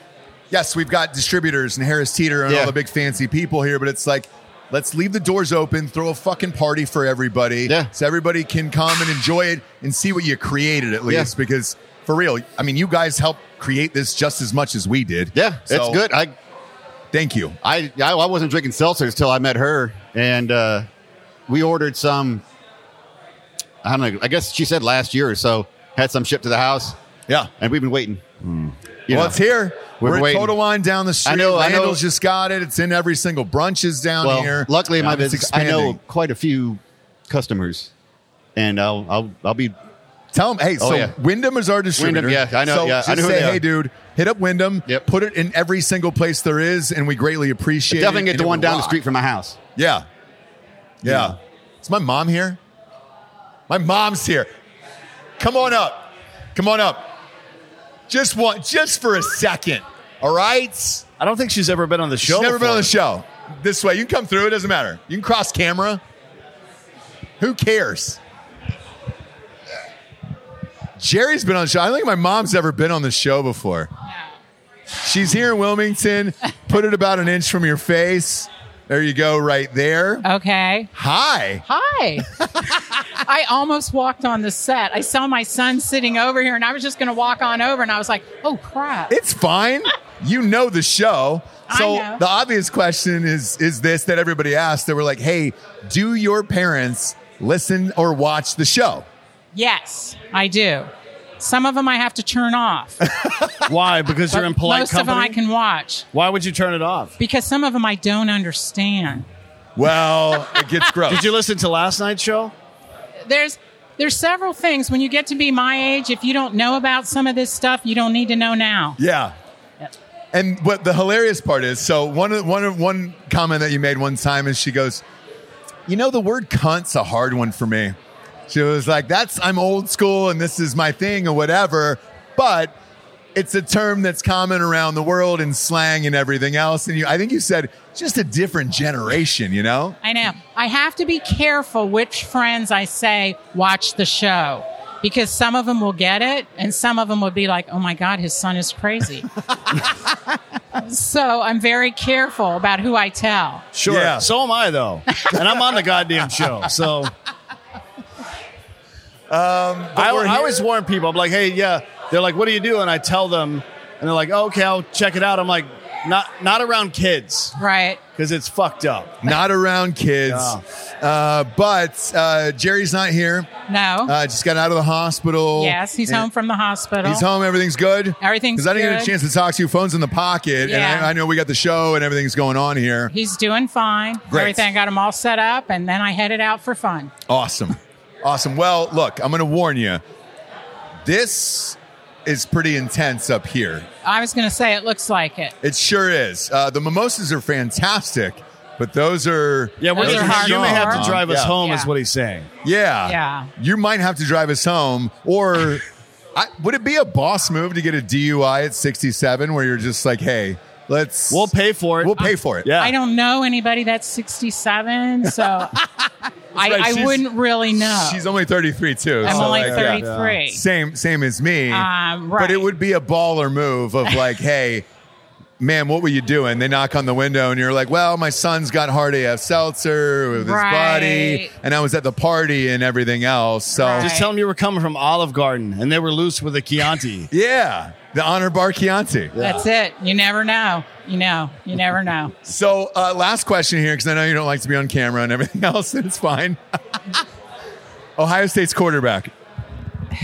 S1: Yes, we've got distributors and Harris Teeter and
S8: Yeah.
S1: all the big fancy people here, but it's like. Let's leave the doors open, throw a fucking party for everybody.
S8: Yeah.
S1: So everybody can come and enjoy it and see what you created at
S8: Yeah.
S1: least. Because for real, I mean, you guys helped create this just as much as we did.
S8: Yeah, it's
S1: So,
S8: good. I
S1: Thank you.
S8: I, I I wasn't drinking seltzers till I met her, and uh, we ordered some. I don't know. I guess she said last year or so had some shipped to the house,
S1: Yeah.
S8: and we've been waiting. You
S1: Hmm. Well,
S8: know.
S1: it's here.
S8: We're
S1: We're, at
S8: waiting.
S1: Total Wine down the street.
S8: I know, I know.
S1: Randall's just got it. It's in every single brunch is down
S8: Well,
S1: here.
S8: luckily my
S1: Um, it's
S8: business. I know
S1: expanding.
S8: quite a few customers, and I'll I'll I'll be
S1: Tell him, hey, so
S8: Oh, yeah.
S1: Wyndham is our distributor.
S8: Wyndham, yeah, I know,
S1: So
S8: yeah, I
S1: just
S8: know who
S1: say,
S8: they are.
S1: hey, dude, hit up Wyndham.
S8: Yep.
S1: Put it in every single place there is, and we greatly appreciate it.
S8: Definitely get
S1: and
S8: the
S1: it
S8: one
S1: would
S8: down the
S1: rock.
S8: street from my house.
S1: Yeah. yeah. Is my mom here? My mom's here. Come on up. Come on up. Just one, just for a second. All right.
S3: I don't think she's ever been on the show.
S1: She's never been
S3: before.
S1: on the show. This way, you can come through. It doesn't matter. You can cross camera. Who cares? Jerry's been on the show. I don't think my mom's ever been on the show before. She's here in Wilmington. Put it about an inch from your face. There you go, right there.
S7: Okay.
S1: Hi.
S7: Hi. I almost walked on the set. I saw my son sitting over here and I was just going to walk on over and I was like, oh crap.
S1: It's fine. You know the show.
S7: I
S1: So
S7: know.
S1: the obvious question is is this that everybody asked. They were like, "Hey, do your parents listen or watch the show?"
S7: yes, I do. Some of them I have to turn off.
S3: Why? Because you're in polite
S7: Most of
S3: company.
S7: them I can watch
S3: Why would you turn it off?
S7: because some of them I don't understand.
S1: Well, it gets gross.
S3: Did you listen to last night's show?
S7: There's there's several things when you get to be my age if you don't know about some of this stuff, you don't need to know now.
S1: Yeah. And what the hilarious part is, so one of- one of- one comment that you made one time is she goes, "You know the word cunt's a hard one for me." She was like, "That's I'm old school and this is my thing or whatever, but it's a term that's common around the world in slang and everything else." And you, I think you said just a different generation, you know?
S7: I know. I have to be careful which friends I say watch the show because some of them will get it and some of them will be like, oh my God, his son is crazy. so I'm very careful about who I tell.
S3: Sure.
S1: Yeah. Um,
S3: So am I though, and I'm on the goddamn show. So. I,
S1: we're
S3: I
S1: here-
S3: always warn people. I'm like, hey, yeah. They're like, what do you do? And I tell them, and they're like, oh, okay, I'll check it out. I'm like, not not around kids
S7: Right.
S3: because it's fucked up.
S1: Not around kids. Uh, but uh, Jerry's not here.
S7: No.
S1: Uh, just got out of the hospital.
S7: yes, he's
S1: And-
S7: home from the hospital.
S1: He's home. Everything's good.
S7: Everything's
S1: because I didn't get a
S7: good.
S1: chance to talk to you. Phone's in the pocket, and
S7: Yeah.
S1: I, I know we got the show and everything's going on here.
S7: He's doing fine.
S1: Great.
S7: Everything I got him all set up and then I headed out for fun.
S1: Awesome, awesome. Well, look, I'm going to warn you. This is pretty intense up here.
S7: I was going to say it looks like it.
S1: It sure is. Uh, the mimosas are fantastic, but those are
S3: Yeah,
S7: we're
S3: we're
S7: Those
S3: you
S7: just- are hard
S3: may
S7: to
S3: have
S7: warn.
S3: to drive us
S1: Yeah.
S3: home, is
S7: Yeah.
S3: what he's saying.
S1: Yeah,
S7: Yeah.
S1: You might have to drive us home, or I, would it be a boss move to get a DUI at 67, where you're just like, hey, let's
S3: We'll pay for it.
S1: we'll pay for it.
S3: Yeah.
S7: I don't know anybody that's 67, so I,
S1: right,
S7: I
S1: she's-
S7: wouldn't really know.
S1: She's only 33 too.
S7: I'm
S1: so
S7: only
S1: like, yeah.
S7: 33.
S1: Same, same as me.
S7: Um,
S1: But it
S7: right.
S1: would be a baller move of like, hey, man, what were you doing? They knock on the window and you're like, well, my son's got hard AF seltzer with
S7: Right.
S1: his buddy, and I was at the party and everything else. So
S7: Right.
S3: Just tell them you were coming from Olive Garden and they were loose with a Chianti.
S1: yeah, the honor bar Chianti.
S7: That's it. You never know. You know. You never know.
S1: So uh, last question here, because I know you don't like to be on camera and everything else, and it's fine. Ohio State's quarterback.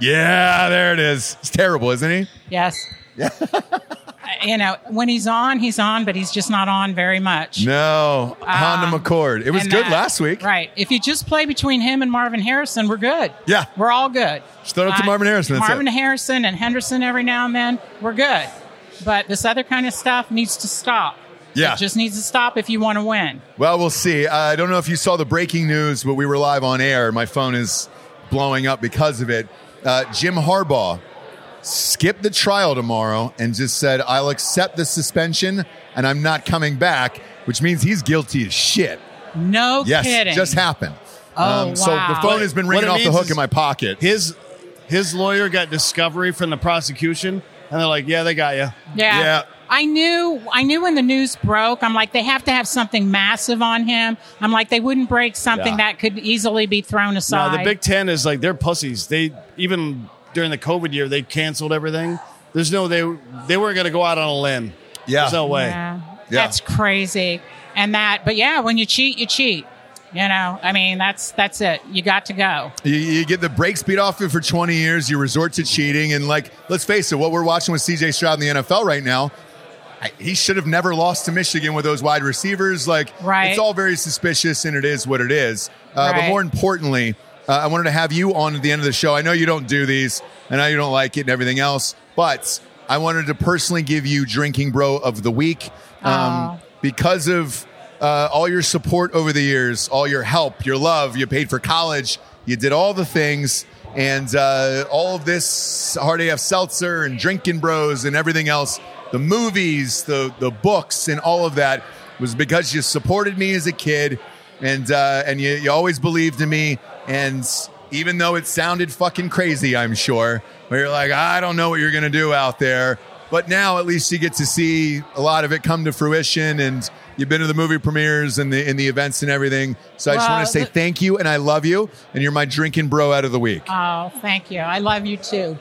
S1: Yeah, there it is. It's terrible, isn't he?
S7: Yes. you know, when he's on, he's on, but he's just not on very much.
S1: No, Honda
S7: Um,
S1: McCord. It was
S7: And
S1: good
S7: that-
S1: last week.
S7: Right. If you just play between him and Marvin Harrison, we're good.
S1: Yeah.
S7: We're all good.
S1: Just throw it to Marvin Harrison, that's
S7: Marvin
S1: it.
S7: Harrison and Henderson every now and then, we're good. But this other kind of stuff needs to stop.
S1: Yeah.
S7: It just needs to stop if you want to win.
S1: Well, we'll see. Uh, I don't know if you saw the breaking news, but we were live on air. My phone is blowing up because of it. Uh, Jim Harbaugh skipped the trial tomorrow and just said, I'll accept the suspension and I'm not coming back, which means he's guilty as shit.
S7: No
S1: Yes,
S7: kidding.
S1: just happened. Um,
S7: Oh,
S1: So the
S7: wow.
S1: phone has been
S3: What
S1: ringing
S3: it
S1: off the
S3: means
S1: hook
S3: is-
S1: in my pocket.
S3: His his lawyer got discovery from the prosecution, and they're like, yeah, they got you.
S7: Yeah.
S1: Yeah.
S7: I knew I knew when the news broke, I'm like, they have to have something massive on him. I'm like, they wouldn't break something
S3: Yeah.
S7: that could easily be thrown
S3: No,
S7: aside.
S3: the Big Ten is like they're pussies. They even during the COVID year they canceled everything. There's no they they weren't going to go out on a limb.
S1: Yeah.
S3: There's no way.
S7: Yeah.
S1: Yeah.
S7: That's crazy. And that but yeah, when you cheat, you cheat. You know, I mean that's that's it. You got to go.
S1: You, you get the break speed off it for 20 years. You resort to cheating. And, like, let's face it, what we're watching with CJ Stroud in the NFL right now, I, he should have never lost to Michigan with those wide receivers. Like,
S7: Right.
S1: it's all very suspicious, and it is what it is. Uh, But
S7: Right.
S1: more importantly, Uh, I wanted to have you on at the end of the show. I know you don't do these, and I know you don't like it and everything else, but I wanted to personally give you Drinking Bro of the Week um,
S7: Aw.
S1: because of uh, all your support over the years, all your help, your love. You paid for college, you did all the things, and uh, all of this Hard AF Seltzer and Drinking Bros and everything else, the movies, the, the books, and all of that was because you supported me as a kid and uh, and you, you always believed in me. And even though it sounded fucking crazy, I'm sure, where you're like, I don't know what you're gonna do out there, but now at least you get to see a lot of it come to fruition, and you've been to the movie premieres and the and the events and everything. So I just
S7: Wow,
S1: want to say
S7: look-
S1: thank you, and I love you, and you're my drinking bro out of the week.
S7: Oh, thank you. I love you too.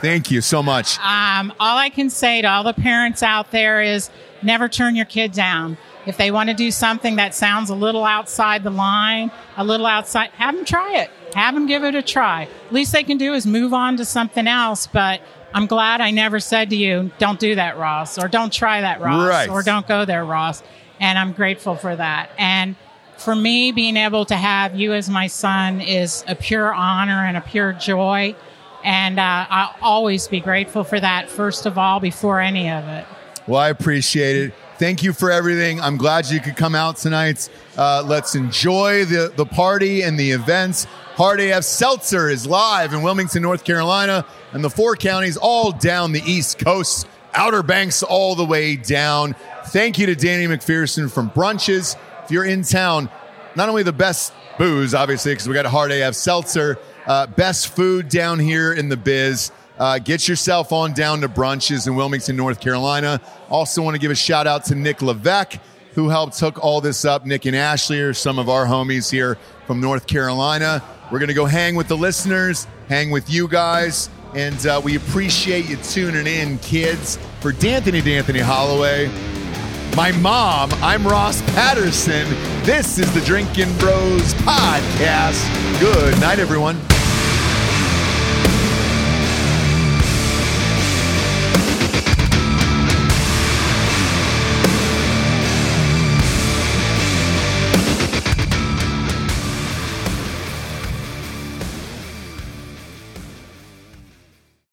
S1: Thank you so much.
S7: Um, all I can say to all the parents out there is never turn your kid down. If they want to do something that sounds a little outside the line, a little outside, have them try it. Have them give it a try. Least they can do is move on to something else. But I'm glad I never said to you, don't do that, Ross, or don't try that, Ross,
S1: Right.
S7: or don't go there, Ross. And I'm grateful for that. And for me, being able to have you as my son is a pure honor and a pure joy. And uh, I'll always be grateful for that, first of all, before any of it.
S1: Well, I appreciate it. Thank you for everything. I'm glad you could come out tonight. Uh, let's enjoy the, the party and the events. Hard AF Seltzer is live in Wilmington, North Carolina, and the four counties all down the East Coast, Outer Banks all the way down. Thank you to Danny McPherson from Brunches. If you're in town, not only the best booze, obviously, because we got a hard AF seltzer, uh, best food down here in the biz. Uh, get yourself on down to brunches in Wilmington, North Carolina. Also, want to give a shout out to Nick Levesque, who helped hook all this up. Nick and Ashley are some of our homies here from North Carolina. We're going to go hang with the listeners, hang with you guys, and uh, we appreciate you tuning in, kids. For D'Anthony D'Anthony Holloway, my mom. I'm Ross Patterson. This is the Drinking Bros Podcast. Good night, everyone.